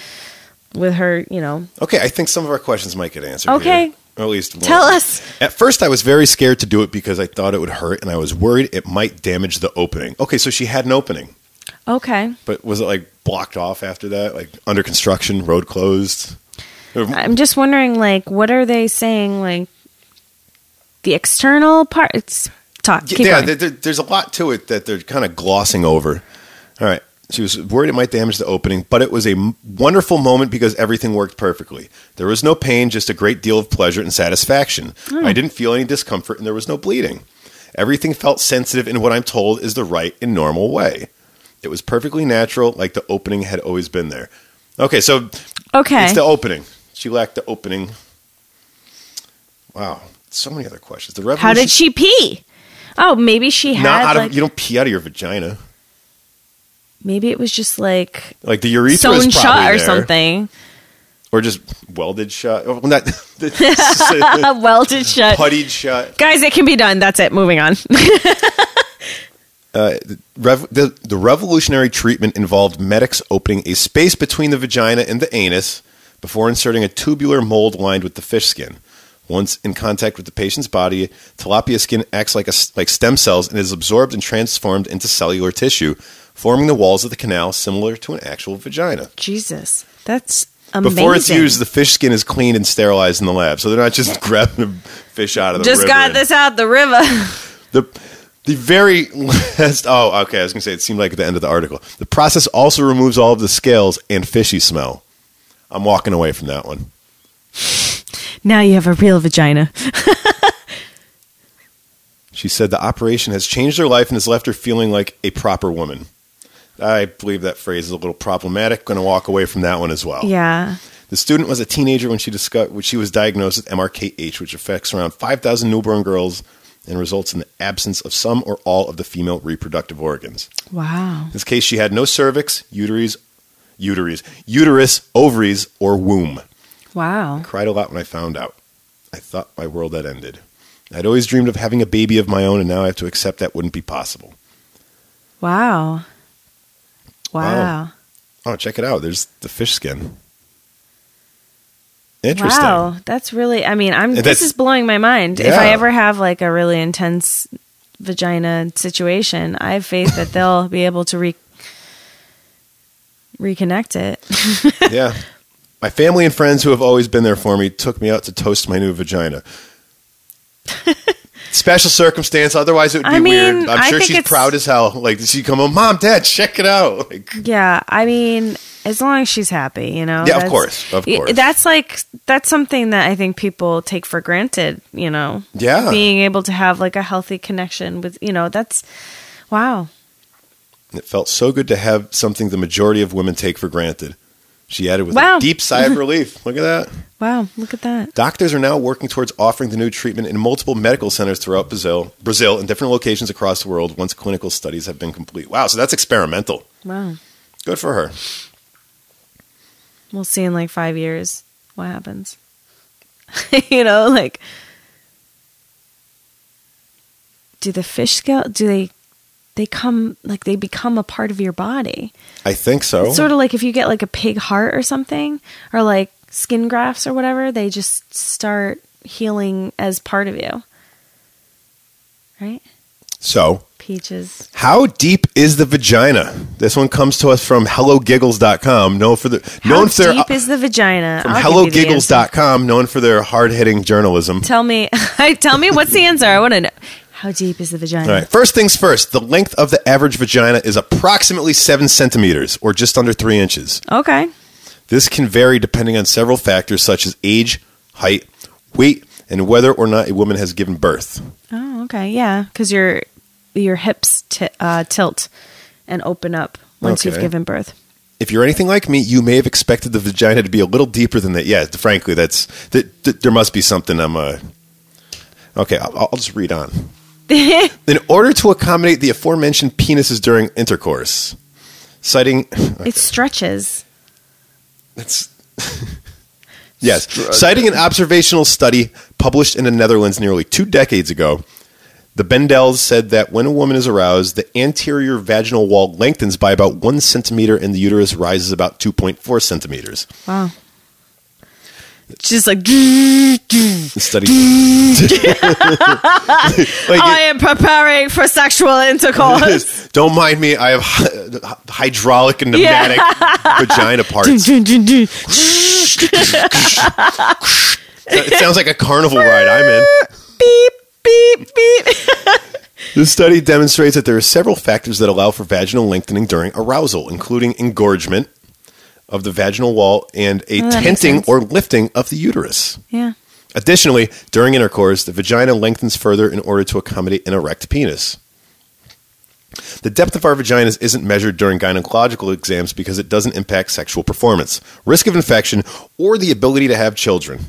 S2: with her, you know.
S1: Okay, I think some of our questions might get answered.
S2: Okay.
S1: here. Or at least one.
S2: Tell us.
S1: At first, I was very scared to do it because I thought it would hurt, and I was worried it might damage the opening. Okay, so she had an opening.
S2: Okay.
S1: But was it like blocked off after that? Like under construction, road closed?
S2: I'm just wondering, like, what are they saying? Like, the external part. It's talk. Keep
S1: yeah,
S2: going.
S1: there, there- there's a lot to it that they're kind of glossing over. All right. She was worried it might damage the opening, but it was a m- wonderful moment because everything worked perfectly. There was no pain, just a great deal of pleasure and satisfaction.
S2: Hmm.
S1: I didn't feel any discomfort and there was no bleeding. Everything felt sensitive in what I'm told is the right and normal way. It was perfectly natural, like the opening had always been there. Okay, so
S2: okay.
S1: it's the opening. She lacked the opening. Wow. So many other questions. The revolution
S2: How did she pee? Oh, maybe she had.
S1: not out
S2: like,
S1: of you don't pee out of your vagina.
S2: maybe it was just like
S1: Like the urethra
S2: sewn
S1: is probably
S2: shut or
S1: there.
S2: something.
S1: or just welded shut. Oh, Well, not <laughs>
S2: <laughs> Uh, welded shut.
S1: puttied shut.
S2: Guys, it can be done. That's it. Moving on. <laughs>
S1: Rev- the, the revolutionary treatment involved medics opening a space between the vagina and the anus before inserting a tubular mold lined with the fish skin. Once in contact with the patient's body, tilapia skin acts like a s like stem cells and is absorbed and transformed into cellular tissue, forming the walls of the canal similar to an actual vagina.
S2: Jesus, that's amazing.
S1: Before it's used, the fish skin is cleaned and sterilized in the lab, so they're not just <laughs> grabbing a fish out of the
S2: just
S1: river
S2: got
S1: and-
S2: this out the river. <laughs>
S1: The the very last. Oh, okay. I was gonna say it seemed like at the end of the article. The process also removes all of the scales and fishy smell. I'm walking away from that one.
S2: now you have a real vagina.
S1: She said the operation has changed her life and has left her feeling like a proper woman. I believe that phrase is a little problematic. Going to walk away from that one as well.
S2: Yeah.
S1: The student was a teenager when she discovered when she was diagnosed with MRKH, which affects around 5,000 newborn girls and results in the absence of some or all of the female reproductive organs.
S2: Wow.
S1: In this case, she had no cervix, uteries, uteries, uterus, ovaries, or womb.
S2: Wow.
S1: I cried a lot when I found out. I thought my world had ended. I'd always dreamed of having a baby of my own, and now I have to accept that wouldn't be possible.
S2: Wow. Wow.
S1: Oh, check it out. There's the fish skin. Interesting.
S2: Wow. That's really. I mean, I'm.
S1: And
S2: This
S1: that's-
S2: is blowing my mind. If I
S1: Yeah.
S2: ever have like a really intense vagina situation, I have faith that they'll be able to re- reconnect it.
S1: yeah. My family and friends who have always been there for me took me out to toast my new
S2: <laughs>
S1: vagina. Special circumstance, otherwise it would be
S2: I mean,
S1: weird. I'm
S2: I
S1: sure
S2: think
S1: she's
S2: it's-
S1: proud as hell. Like she come home, mom, dad, check it out. Like,
S2: Yeah, I mean, as long as she's happy, you know.
S1: Yeah, of
S2: That's-
S1: course, of
S2: y-
S1: course.
S2: That's like that's something that I think people take for granted, you know.
S1: Yeah.
S2: Being able to have like a healthy connection with, you know, that's wow.
S1: it felt so good to have something the majority of women take for granted. She added with
S2: Wow.
S1: a deep sigh
S2: <laughs>
S1: of relief. Look at that.
S2: Wow, look at that.
S1: Doctors are now working towards offering the new treatment in multiple medical centers throughout Brazil, Brazil, and different locations across the world once clinical studies have been complete. Wow, so that's experimental.
S2: Wow.
S1: Good for her.
S2: We'll see in like 5 years what happens. <laughs> you know, like do the fish scale do they they come like they become a part of your body?
S1: I think so.
S2: It's sort of like if you get like a pig heart or something, or like skin grafts or whatever, they just start healing as part of you. Right?
S1: so
S2: Peaches.
S1: How deep is the vagina? This one comes to us from hellogiggles.com, known for the
S2: How
S1: known for their,
S2: deep is the
S1: uh,
S2: vagina?
S1: from
S2: I'll give you the answer.
S1: hellogiggles.com, known for their hard-hitting journalism.
S2: Tell me, <laughs> tell me what's the answer? I want to know. How deep is the vagina?
S1: All right. First things first. The length of the average vagina is approximately seven centimeters, or just under three inches.
S2: Okay.
S1: This can vary depending on several factors such as age, height, weight, and whether or not a woman has given birth.
S2: Oh, okay. Yeah, because your your hips t- uh, tilt and open up once you've
S1: Okay.
S2: given birth.
S1: If you're anything like me, you may have expected the vagina to be a little deeper than that. Yeah, frankly, that's that. that there must be something. I'm uh, okay. I'll, I'll just read on. In order to accommodate the aforementioned penises during intercourse, citing
S2: It stretches.
S1: That's yes. Citing an observational study published in the Netherlands nearly two decades ago, the Bendels said that when a woman is aroused, the anterior vaginal wall lengthens by about one centimeter, and the uterus rises about two point four centimeters.
S2: Wow. just like
S1: <laughs>
S2: <laughs>
S1: Study. like,
S2: I am preparing for
S1: <laughs>
S2: sexual intercourse.
S1: Don't mind me. I have hy- hydraulic and pneumatic
S2: <laughs>
S1: vagina parts. it sounds like a carnival ride I'm in.
S2: beep beep beep. <laughs>
S1: This study demonstrates that there are several factors that allow for vaginal lengthening during arousal, including engorgement of the vaginal wall and a
S2: Oh, that makes
S1: tenting
S2: sense.
S1: or lifting of the uterus.
S2: yeah.
S1: Additionally, during intercourse, the vagina lengthens further in order to accommodate an erect penis. The depth of our vaginas isn't measured during gynecological exams because it doesn't impact sexual performance, risk of infection, or the ability to have children.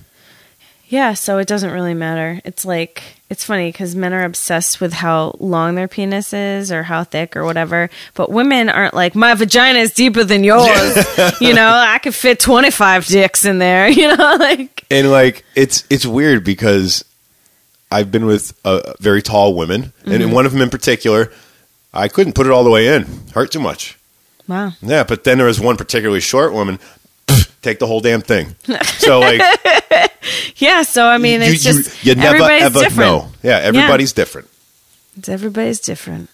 S2: Yeah, so it doesn't really matter. It's like it's funny because men are obsessed with how long their penis is or how thick or whatever, but women aren't like my vagina is deeper than yours.
S1: <laughs>
S2: you know, I could fit twenty five dicks in there. <laughs> You know, like
S1: and like it's it's weird because I've been with uh, very tall women, and in one of them in particular, I couldn't put it all the way in, hurt too much.
S2: wow,
S1: Yeah, but then there was one particularly short woman, take the whole damn thing. So like,
S2: yeah. So I mean,
S1: you,
S2: it's
S1: you-
S2: just
S1: you never
S2: everybody's
S1: ever
S2: different.
S1: know. Yeah, everybody's different.
S2: It's, everybody's different.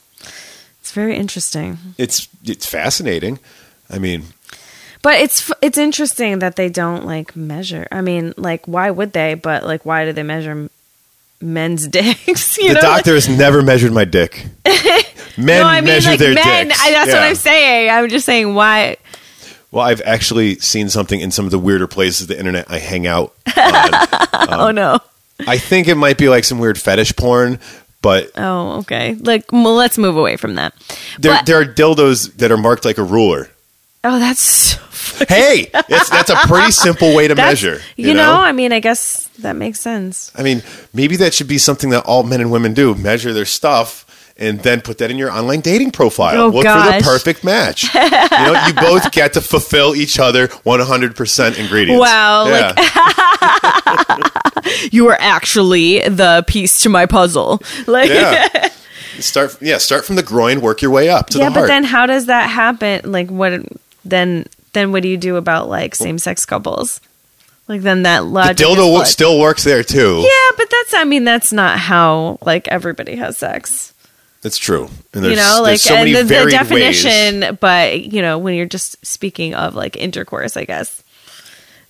S2: It's very interesting.
S1: It's it's fascinating. I mean,
S2: But it's f- it's interesting that they don't like measure. I mean, like why would they? But like why do they measure m- men's <laughs> dicks? You
S1: the
S2: know?
S1: doctor has never measured my
S2: <laughs>
S1: dick. Men
S2: no, I mean
S1: measure
S2: like
S1: their
S2: men.
S1: dicks.
S2: I, that's what
S1: Yeah.
S2: I'm saying. I'm just saying why.
S1: Well, I've actually seen something in some of the weirder places of the internet I hang out
S2: <laughs>
S1: Uh-huh.
S2: oh no.
S1: I think it might be like some weird fetish porn, but
S2: Oh okay. Like well, let's move away from that.
S1: there,
S2: But-
S1: there are dildos that are marked like a
S2: <laughs>
S1: ruler.
S2: oh, that's so fucking-
S1: Hey, it's, that's a pretty simple way to
S2: that's-
S1: measure.
S2: You, know? I mean, I guess that makes sense.
S1: I mean, maybe that should be something that all men and women do: measure their stuff and then put that in your online dating profile.
S2: Oh,
S1: Look for
S2: gosh.
S1: the perfect
S2: <laughs>
S1: match. you know, you both get to fulfill each other one hundred percent ingredients.
S2: Wow,
S1: Yeah.
S2: <laughs> You are actually the piece to my puzzle. Like. <laughs>
S1: yeah. Start, yeah, start from the groin, work your way up to
S2: yeah
S1: the heart.
S2: but then how does that happen like what then then what do you do about like same-sex couples like then that logic
S1: the
S2: is
S1: dildo wo-
S2: flawed.
S1: still works there too.
S2: yeah but that's i mean that's not how like everybody has sex
S1: That's true. And there's,
S2: you know like
S1: there's so
S2: and
S1: many
S2: the, the
S1: varied ways.
S2: definition but you know when you're just speaking of like intercourse i guess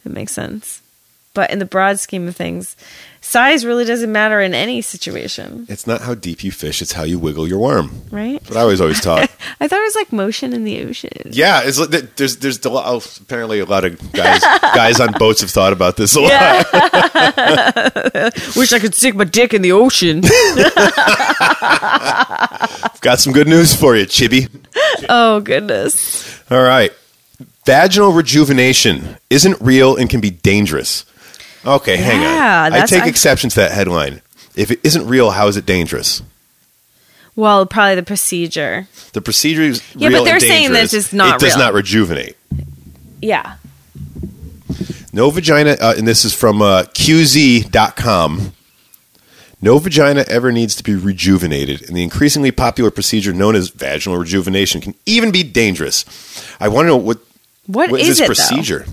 S2: it makes sense but in the broad scheme of things size really doesn't matter in any situation
S1: It's not how deep you fish; it's how you wiggle your worm.
S2: right
S1: That's what I was always taught.
S2: i thought it was like motion in the ocean
S1: yeah, it's like that- there's there's a lot, oh, apparently a lot of guys <laughs> guys on boats have thought about this a lot.
S2: <laughs> wish i could stick my dick in the ocean
S1: Got some good news for you, Chibi.
S2: <laughs> Oh goodness.
S1: All right, vaginal rejuvenation isn't real and can be dangerous. Okay, hang
S2: Yeah,
S1: on. I
S2: that's-
S1: take
S2: I-
S1: exception to that headline. If it isn't real, how is it dangerous?
S2: Well, probably the procedure.
S1: The procedure is
S2: Yeah, but
S1: real and
S2: they're saying
S1: dangerous.
S2: this is not
S1: It does
S2: real.
S1: not rejuvenate.
S2: Yeah.
S1: No vagina, uh, and this is from uh, QZ.com. No vagina ever needs to be rejuvenated, and the increasingly popular procedure known as vaginal rejuvenation can even be dangerous. I want to know what, what is, this
S2: it, though?
S1: procedure?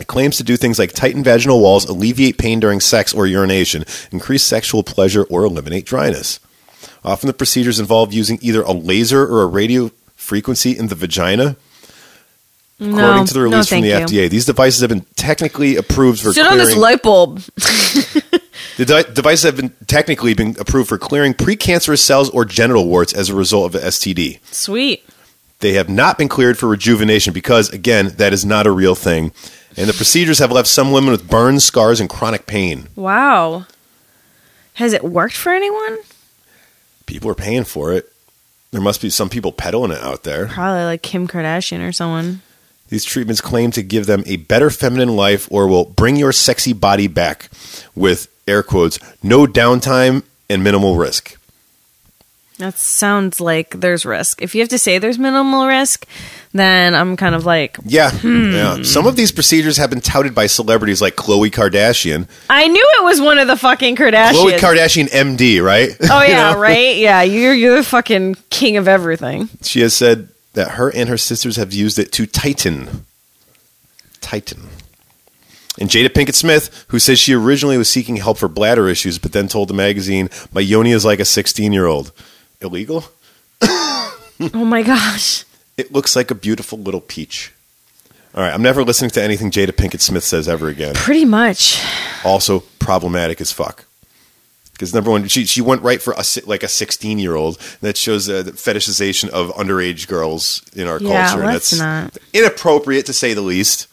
S1: It claims to do things like tighten vaginal walls, alleviate pain during sex or urination, increase sexual pleasure, or eliminate dryness. Often the procedures involve using either a laser or a radio frequency in the vagina. According
S2: No.
S1: to the
S2: No,
S1: release from
S2: thank
S1: the
S2: you.
S1: FDA, these devices have been technically approved for
S2: Sit on
S1: clearing.
S2: this light bulb.
S1: the de- devices have been technically been approved for clearing precancerous cells or genital warts as a result of an STD.
S2: Sweet.
S1: They have not been cleared for rejuvenation because, again, that is not a real thing. And the procedures have left some women with burns, scars, and chronic pain.
S2: Wow. Has it worked for anyone?
S1: People are paying for it. There must be some people peddling it out there.
S2: Probably like Kim Kardashian or someone.
S1: These treatments claim to give them a better feminine life or will bring your sexy body back with air quotes, no downtime and minimal risk.
S2: That sounds like there's risk. If you have to say there's minimal risk, then I'm kind of like,
S1: Yeah. yeah. Some of these procedures have been touted by celebrities like Khloe Kardashian.
S2: I knew it was one of the fucking Kardashians.
S1: Khloe Kardashian MD, right?
S2: oh yeah, right? Yeah, you're you're the fucking king of
S1: <laughs>
S2: everything.
S1: She has said that her and her sisters have used it to tighten. Tighten. And Jada Pinkett Smith, who says she originally was seeking help for bladder issues, but then told the magazine, My yoni is like a 16 year old. Illegal?
S2: Oh my gosh.
S1: It looks like a beautiful little peach. All right, I'm never listening to anything Jada Pinkett Smith says ever again.
S2: Pretty much.
S1: also problematic as fuck. Because number one, she she went right for a, si- like a sixteen year old. That shows uh, the fetishization of underage girls in our
S2: Yeah,
S1: culture,
S2: let's not.
S1: inappropriate to say the least.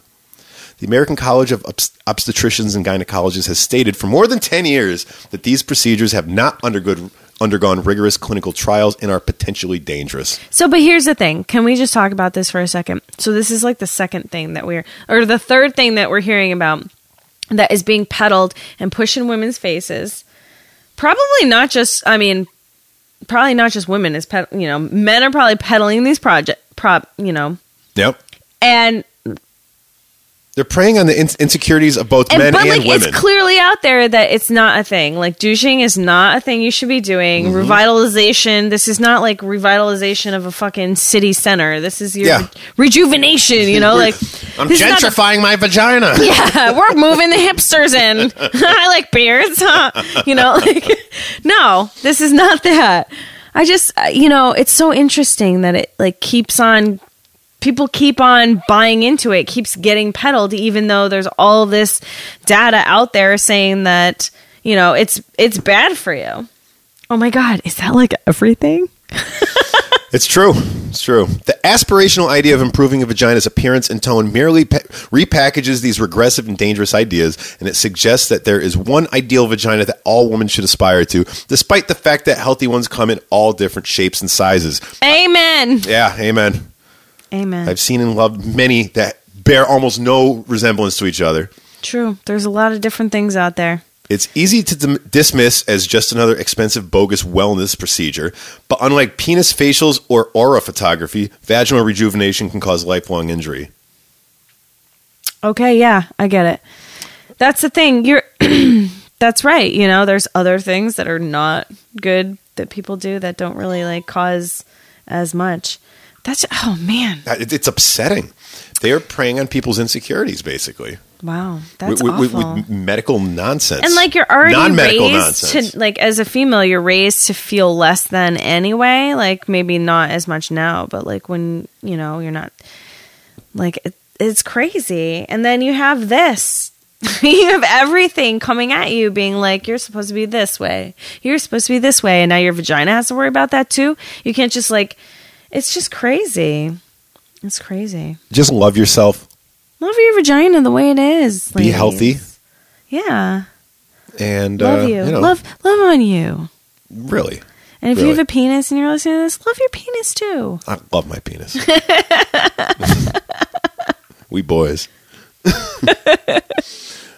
S1: The American College of Obst- Obstetricians and Gynecologists has stated for more than ten years that these procedures have not undergood undergone rigorous clinical trials and are potentially dangerous.
S2: So, but here's the thing. Can we just talk about this for a second? So, this is like the second thing that we're, or the third thing that we're hearing about that is being peddled and pushed in women's faces. Probably not just, I mean, probably not just women is, ped- you know, men are probably peddling these project, prop, you know,
S1: Yep,
S2: and
S1: they're preying on the in- insecurities of both men
S2: but
S1: and
S2: like
S1: women.
S2: it's clearly out there that it's not a thing. Like douching is not a thing you should be doing.
S1: Mm-hmm.
S2: Revitalization. This is not like revitalization of a fucking city center. This is your
S1: Yeah.
S2: rejuvenation. You know, like
S1: I'm
S2: this is not a-
S1: gentrifying my
S2: <laughs>
S1: vagina.
S2: yeah, we're moving the hipsters in. <laughs> I like beards, huh? You know, <laughs> like no, this is not that. I just, uh, you know, it's so interesting that it like keeps on. People keep on buying into it, keeps getting peddled, even though there's all this data out there saying that you know it's it's bad for you. Oh my God, is that like everything?
S1: It's true. It's true. The aspirational idea of improving a vagina's appearance and tone merely pa- repackages these regressive and dangerous ideas, and it suggests that there is one ideal vagina that all women should aspire to, despite the fact that healthy ones come in all different shapes and sizes.
S2: Amen.
S1: Yeah, amen.
S2: Amen.
S1: I've seen and loved many that bear almost no resemblance to each other.
S2: True. There's a lot of different things out there.
S1: It's easy to dim- dismiss as just another expensive, bogus wellness procedure, but unlike penis facials or aura photography, vaginal rejuvenation can cause lifelong injury.
S2: Okay, yeah, I get it. That's the thing. You're <clears throat> That's right. You know, there's other things that are not good that people do that don't really like cause as much. That's oh man.
S1: That- it- It's upsetting. They are preying on people's insecurities, basically,
S2: Wow.
S1: with,
S2: That's
S1: with- with-
S2: awful.
S1: with medical nonsense.
S2: and like you're already
S1: non-medical
S2: raised
S1: nonsense.
S2: to like as a female you're raised to feel less than anyway like maybe not as much now but like when you know you're not like it, it's crazy and then you have this <laughs> you have everything coming at you being like you're supposed to be this way you're supposed to be this way and now your vagina has to worry about that too you can't just like it's just crazy it's crazy
S1: Just love yourself,
S2: love your vagina the way it is
S1: be
S2: ladies.
S1: healthy,
S2: yeah
S1: and
S2: love
S1: uh,
S2: you,
S1: know,
S2: love love on you
S1: Really,
S2: And if
S1: Really.
S2: you have a penis and you're listening to this, love your penis too.
S1: I love my
S2: <laughs>
S1: penis. we boys. <laughs>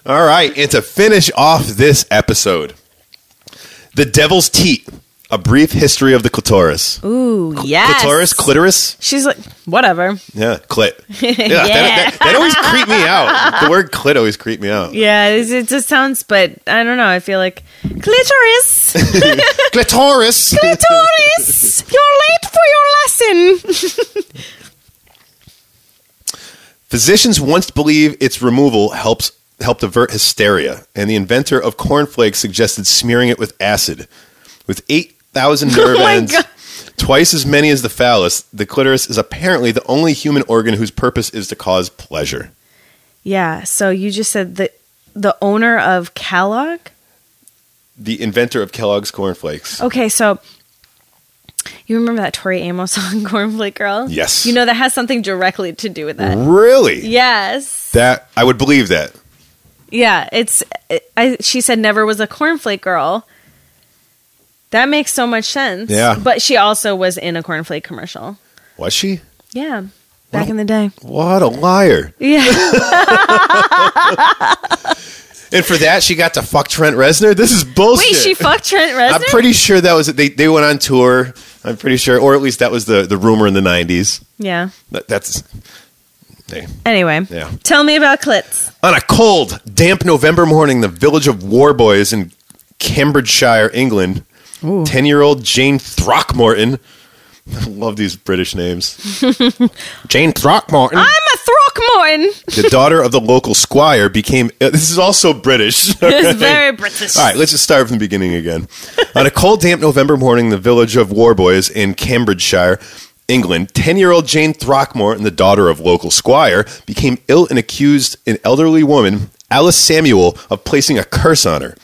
S1: All right, and to finish off this episode, the devil's teat: a brief history of the clitoris.
S2: Ooh, yes.
S1: Clitoris, clitoris.
S2: She's like, whatever.
S1: Yeah,
S2: <laughs>
S1: clit. Yeah, That, that- that always creeped me out. The word clit always creeped me out.
S2: Yeah, it's- it just sounds, but I don't know. I feel like
S1: <laughs>
S2: clitoris,
S1: Clitoris.
S2: clitoris. You're late for your lesson.
S1: <laughs> Physicians once believe its removal helps helped avert hysteria, and the inventor of cornflakes suggested smearing it with acid. With
S2: <laughs>
S1: 8,000 nerve
S2: Oh my
S1: ends,
S2: God.
S1: twice as many as the phallus, the clitoris is apparently the only human organ whose purpose is to cause pleasure.
S2: Yeah. So you just said the the owner of Kellogg.
S1: The inventor of Kellogg's cornflakes.
S2: Okay, so you remember that Tori Amos <laughs> song, Cornflake Girl?
S1: Yes. Mm-hmm.
S2: You know that has something directly to do with that.
S1: Really?
S2: Yes.
S1: That I would believe that.
S2: Yeah, it's. It, I she said never was a cornflake girl. That makes so much sense.
S1: Yeah.
S2: but she also was in a cornflake commercial.
S1: Was she?
S2: Yeah, back in the
S1: <laughs>
S2: day.
S1: What a liar.
S2: Yeah,
S1: Oh, And for that, she got to fuck Trent Reznor. This is bullshit.
S2: wait, she fucked Trent
S1: I'm
S2: Reznor.
S1: pretty sure that was they. They went on tour. I'm pretty sure, or at least that was the the rumor in the '90s.
S2: yeah.
S1: That, that's hey.
S2: Anyway,
S1: Yeah.
S2: Tell me about clits.
S1: on a cold, damp November morning. The village of Warboys in Cambridgeshire, England. Ten-year-old Jane <laughs>
S2: <laughs> Ah!
S1: Throckmorton. I love these British names. Jane Throckmorton.
S2: I'm a Throckmorton <laughs>
S1: the daughter of the local squire became. uh, This is also British. All <laughs>
S2: is very British.
S1: right, let's just start from the beginning again. On a cold, damp November morning, the village of Warboys in Cambridgeshire, England, 10 year old Jane Throckmorton, the daughter of local squire, became ill and accused an elderly woman, Alice Samuel, of placing a curse on her.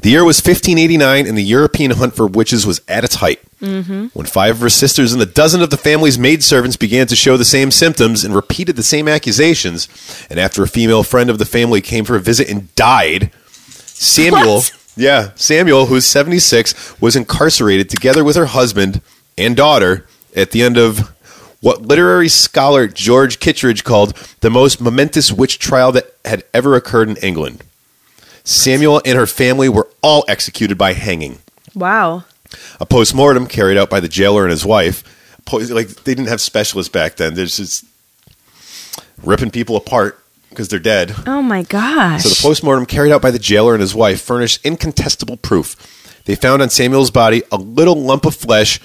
S1: The year was 1589, and the European hunt for witches was at its height. When five of her sisters and a dozen of the family's maidservants began to show the same symptoms and repeated the same accusations, and after a female friend of the family came for a visit and died, Samuel,
S2: What?
S1: yeah, Samuel, who's 76, was incarcerated together with her husband and daughter at the end of what literary scholar George Kittredge called the most momentous witch trial that had ever occurred in England. Samuel and her family were all executed by hanging.
S2: Wow.
S1: A postmortem carried out by the jailer and his wife. Po- Like they didn't have specialists back then. They're just ripping people apart because they're dead.
S2: Oh my gosh.
S1: So the postmortem carried out by the jailer and his wife furnished incontestable proof. They found on Samuel's body a little lump of flesh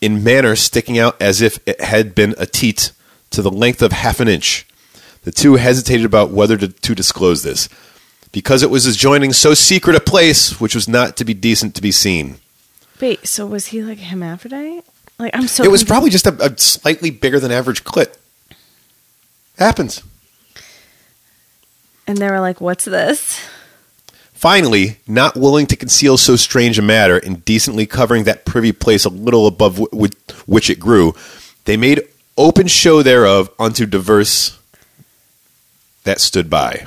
S1: in manner sticking out as if it had been a teat to the length of half an inch. The two hesitated about whether to, to disclose this because it was adjoining so secret a place which was not to be decent to be seen.
S2: Wait, so was he like hermaphrodite? Like I'm so
S1: It was probably just a, a slightly bigger than average clit. Happens.
S2: and they were like, What's this?
S1: Finally, not willing to conceal so strange a matter and decently covering that privy place a little above w- with which it grew, they made open show thereof unto diverse that stood by.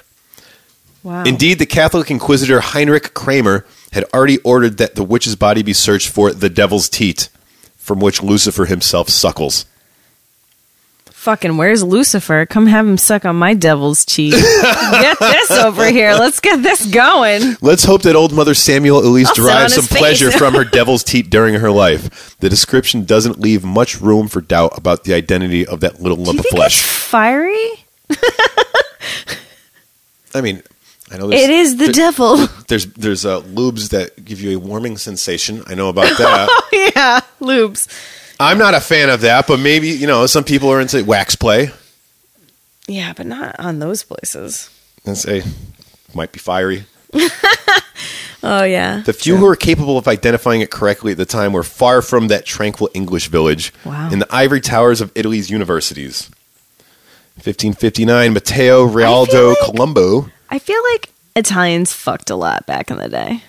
S2: Wow.
S1: Indeed, the Catholic inquisitor Heinrich Kramer had already ordered that the witch's body be searched for the devil's teat, from which Lucifer himself suckles.
S2: Fucking where's Lucifer? Come have him suck on my devil's <laughs> cheek. get this over here. Let's get this going.
S1: Let's hope that old Mother Samuel at least
S2: I'll sit on
S1: derives
S2: his
S1: some
S2: face.
S1: pleasure from
S2: <laughs>
S1: her devil's teat during her life. The description doesn't leave much room for doubt about the identity of that little lump of flesh.
S2: Fiery?
S1: I mean, I know there's,
S2: It is the devil. <laughs>
S1: there's there's uh, lubes that give you a warming sensation. I know about
S2: <laughs>
S1: that.
S2: yeah. Lubes.
S1: I'm not a fan of that, but maybe you know some people are into wax play.
S2: Yeah, but not on those places.
S1: And say might be fiery.
S2: Oh yeah.
S1: The few who were capable of identifying it correctly at the time were far from that tranquil English village
S2: Wow.
S1: in the ivory towers of Italy's universities. 1559, Matteo Rialdo
S2: like-
S1: Colombo.
S2: I feel like Italians fucked a lot back in the day.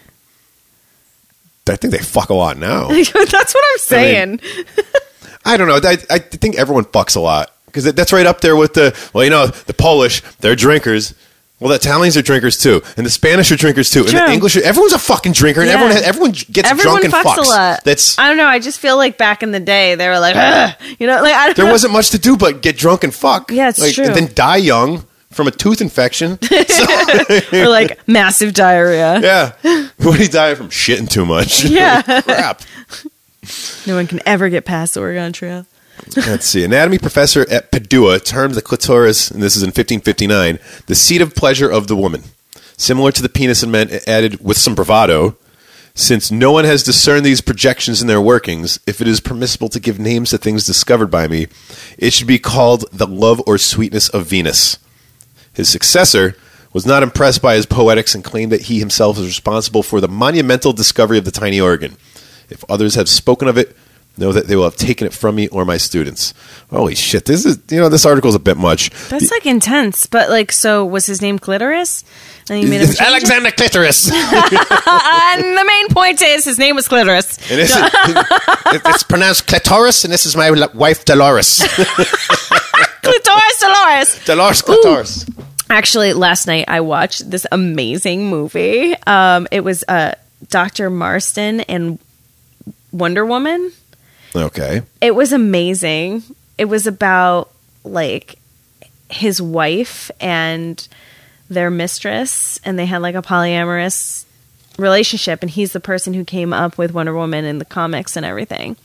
S1: I think they fuck a lot
S2: <laughs>
S1: now.
S2: That's what I'm saying.
S1: I don't know. I, I think everyone fucks a lot because that's right up there with the, well, you know, the Polish, they're drinkers. Well, the Italians are drinkers too, and the Spanish are drinkers too, and
S2: True.
S1: the English. Are, everyone's a fucking drinker, and
S2: Yeah.
S1: everyone everyone gets
S2: Everyone
S1: drunk and
S2: fucks,
S1: fucks.
S2: a lot.
S1: That's
S2: I don't know. I just feel like back in the day they were like, "Ugh," you know, like I don't
S1: there
S2: know.
S1: wasn't much to do but get drunk and fuck.
S2: Yeah, it's
S1: like,
S2: true.
S1: And then die young from a tooth
S2: <laughs>
S1: infection. <laughs>
S2: or like massive diarrhea.
S1: yeah. What did he die from? Shitting too much. <laughs>
S2: Yeah.
S1: Crap.
S2: No one can ever get past the Oregon Trail.
S1: Let's see. Anatomy professor at Padua termed the clitoris, and this is in 1559, the seat of pleasure of the woman. Similar to the penis in men, it added with some bravado, since no one has discerned these projections in their workings, if it is permissible to give names to things discovered by me, it should be called the love or sweetness of Venus. His successor was not impressed by his poetics and claimed that he himself is responsible for the monumental discovery of the tiny organ. If others have spoken of it, know that they will have taken it from me or my students. Holy shit! This is you know this article's a bit much.
S2: That's like intense. But like, so was his name Clitoris? And you made him change it?
S1: Alexander Clitoris.
S2: <laughs> And the main point is his name was Clitoris.
S1: And this is, it's pronounced clitoris, and this is my lo- wife Dolores.
S2: Clitoris <laughs> Dolores.
S1: Dolores clitoris.
S2: Actually, last night I watched this amazing movie. Um, it was uh, Dr. Marston and Wonder Woman.
S1: Okay.
S2: It was amazing. It was about like his wife and their mistress, and they had like a polyamorous relationship. And he's the person who came up with Wonder Woman in the comics and everything.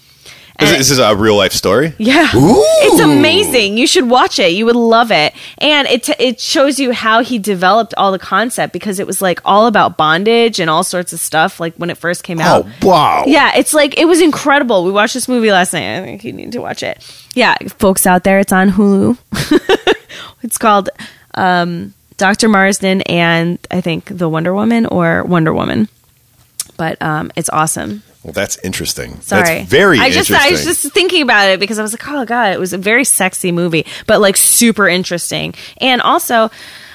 S1: This,
S2: And-
S1: this is a real life story.
S2: Yeah.
S1: Ooh.
S2: It's amazing. You should watch it. You would love it. And it it shows you how he developed all the concept because it was like all about bondage and all sorts of stuff like when it first came out.
S1: Oh wow!
S2: Yeah, it's like it was incredible. We watched this movie last night. I think you need to watch it. Yeah, folks out there, it's on Hulu. <laughs> it's called um, Dr. Marsden and I think The Wonder Woman or Wonder Woman. But um, it's awesome.
S1: Well, that's interesting.
S2: Sorry,
S1: that's very
S2: I just
S1: interesting.
S2: I was just thinking about it because I was like, oh god, it was a very sexy movie, but like super interesting. And also,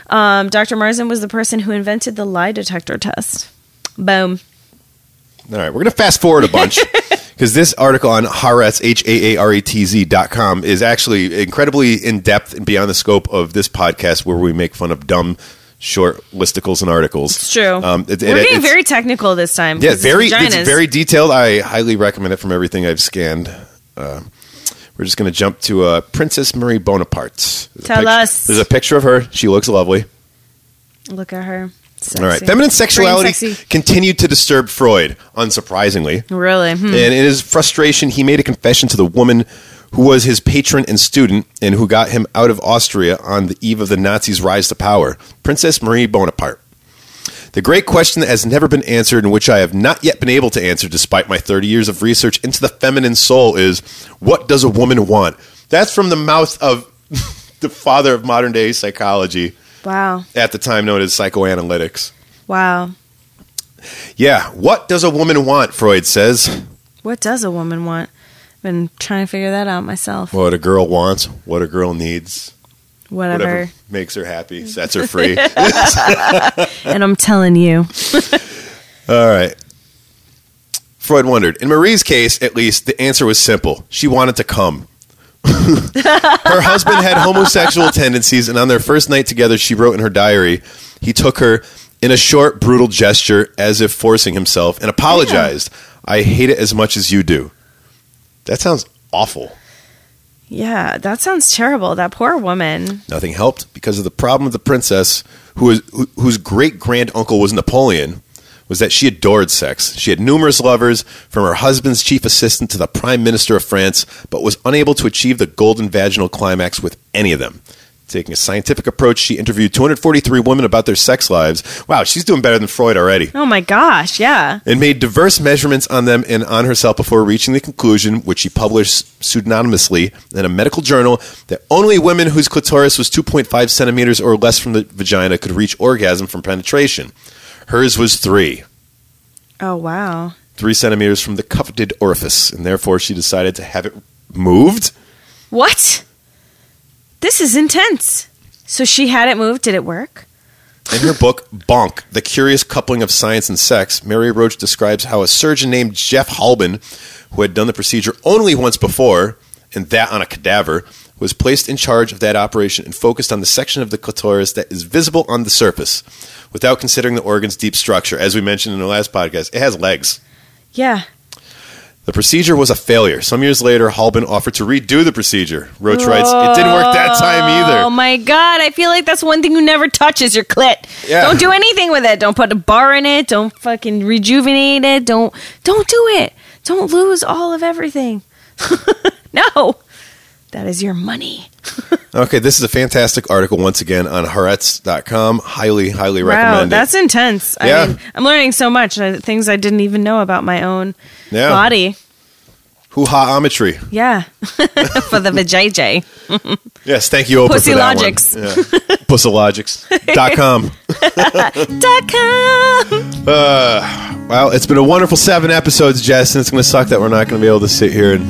S2: um, Dr. Marsden was the person who invented the lie detector test. Boom.
S1: All right, we're gonna fast forward a
S2: <laughs>
S1: bunch because this article on Haaretz h a a r e t z dot com is actually incredibly in depth and beyond the scope of this podcast, where we make fun of dumb short listicles and articles.
S2: It's true.
S1: Um, it-
S2: We're
S1: it-
S2: getting
S1: it's-
S2: very technical this time.
S1: yeah,
S2: because it's
S1: very it's
S2: vaginas.
S1: very detailed. I highly recommend it from everything I've scanned. Uh, we're just gonna jump to uh, Princess Marie Bonaparte. There's a
S2: Tell
S1: pic-
S2: us.
S1: There's a picture of her. She looks lovely.
S2: Look at her.
S1: All right.
S2: Sexy.
S1: Feminine
S2: Pretty
S1: sexuality
S2: sexy.
S1: continued to disturb Freud, unsurprisingly.
S2: Really? Hmm.
S1: And in his frustration, he made a confession to the woman who was his patron and student and who got him out of Austria on the eve of the Nazis' rise to power Princess Marie Bonaparte. The great question that has never been answered and which I have not yet been able to answer despite my 30 years of research into the feminine soul is what does a woman want? That's from the mouth of <laughs> the father of modern day psychology,
S2: Wow.
S1: at the time known as psychoanalytics.
S2: Wow.
S1: Yeah, what does a woman want? Freud says.
S2: What does a woman want? Been trying to figure that out myself.
S1: What a girl wants, what a girl needs,
S2: Whatever.
S1: whatever makes her happy, sets her free.
S2: And I'm telling you.
S1: All right. Freud wondered. In Marie's case, at least, the answer was simple. She wanted to come. <laughs> her husband had homosexual tendencies, and on their first night together, she wrote in her diary, he took her in a short, brutal gesture as if forcing himself and apologized. I hate it as much as you do. That sounds awful.
S2: Yeah, that sounds terrible. That poor woman.
S1: Nothing helped because of the problem of the princess, who was, who, whose great grand uncle was Napoleon, was that she adored sex. She had numerous lovers, from her husband's chief assistant to the prime minister of France, but was unable to achieve the golden vaginal climax with any of them. Taking a scientific approach, she interviewed 243 women about their sex lives. Wow, she's doing better than Freud already.
S2: Oh my gosh, yeah.
S1: And made diverse measurements on them and on herself before reaching the conclusion, which she published pseudonymously in a medical journal, that only women whose clitoris was 2.5 centimeters or less from the vagina could reach orgasm from penetration. Hers was three,
S2: Oh wow.
S1: three centimeters from the coveted orifice, and therefore she decided to have it moved.
S2: What? This is intense. So she had it moved. Did it work?
S1: In her book, Bonk, The Curious Coupling of Science and Sex, Mary Roach describes how a surgeon named Jeff Halbin, who had done the procedure only once before, and that on a cadaver, was placed in charge of that operation and focused on the section of the clitoris that is visible on the surface, without considering the organ's deep structure. As we mentioned in the last podcast, it has legs.
S2: Yeah.
S1: The procedure was a failure. Some years later, Halbin offered to redo the procedure. Roach writes, It didn't work that time either.
S2: Oh my god, I feel like that's one thing you never touch is your clit.
S1: Yeah.
S2: Don't do anything with it. Don't put a bar in it. Don't fucking rejuvenate it. Don't don't do it. Don't lose all of everything. <laughs> no. That is your money.
S1: Okay, this is a fantastic article once again on Haaretz.com. Highly, highly
S2: Wow,
S1: recommend
S2: that's
S1: it.
S2: intense.
S1: Yeah.
S2: I mean, I'm learning so much uh, things I didn't even know about my own
S1: Yeah.
S2: body.
S1: Hoo ha ometry.
S2: Yeah. <laughs> For the
S1: <laughs>
S2: vajayjay.
S1: Yes, thank you, Oprah.
S2: Pussy
S1: for that one.
S2: Logics.
S1: Yeah.
S2: <laughs>
S1: Pussylogics.com.
S2: Dot com.
S1: Uh, Well, it's been a wonderful seven episodes, Jess, and it's going to suck that we're not going to be able to sit here and,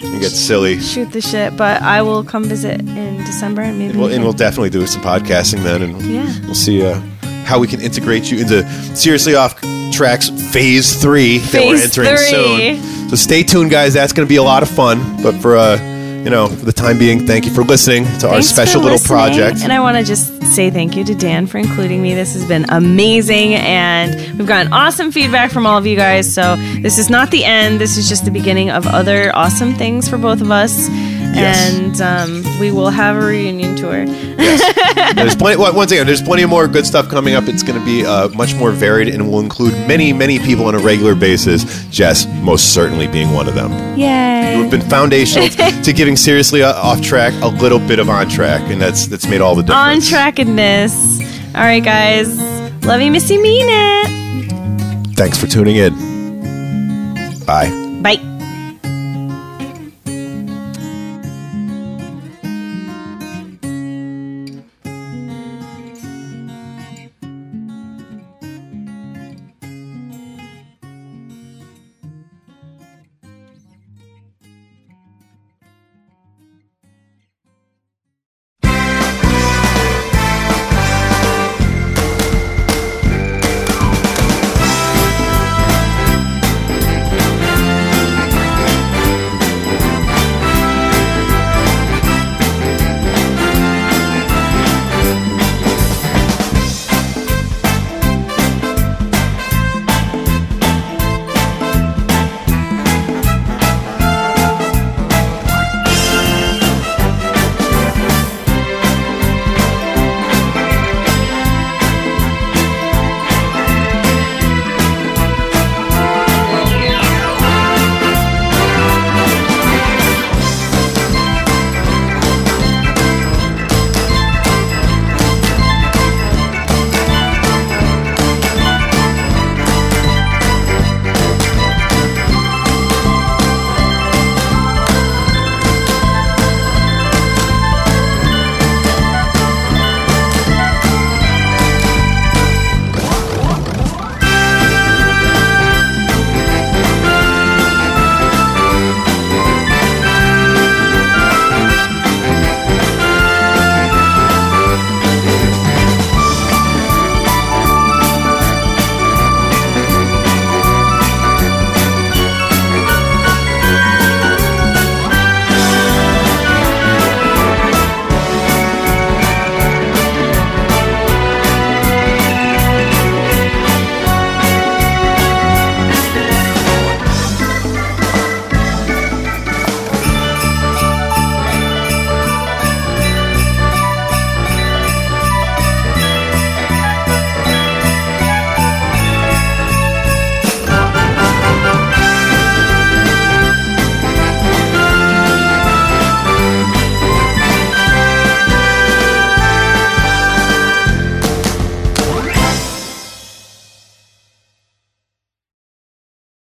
S1: and get silly.
S2: Shoot the shit, but I will come visit in December and maybe.
S1: Well,
S2: we
S1: and
S2: can-
S1: we'll definitely do some podcasting then, and
S2: Yeah.
S1: we'll see uh, how we can integrate you into seriously off tracks phase three that we're
S2: Phase
S1: entering
S2: three.
S1: soon. So stay tuned, guys. That's going to be a lot of fun. But for uh, you know, for the time being, thank you for listening to our
S2: Thanks
S1: special
S2: for
S1: little
S2: listening,
S1: project.
S2: And I want to just say thank you to Dan for including me. This has been amazing, and we've gotten awesome feedback from all of you guys. So this is not the end. This is just the beginning of other awesome things for both of us.
S1: Yes.
S2: and um, we will have a reunion tour. <laughs>
S1: There's plenty. well, Once again, there's plenty more good stuff coming up. It's going to be uh, much more varied and will include many, many people on a regular basis. Jess, most certainly, being one of them.
S2: Yay!
S1: You've been foundational to giving seriously uh, off track a little bit of on track, and that's that's made all the
S2: on
S1: difference.
S2: trackedness. All right, guys. Love you, Missy. Mean it.
S1: Thanks for tuning in. Bye.
S2: Bye.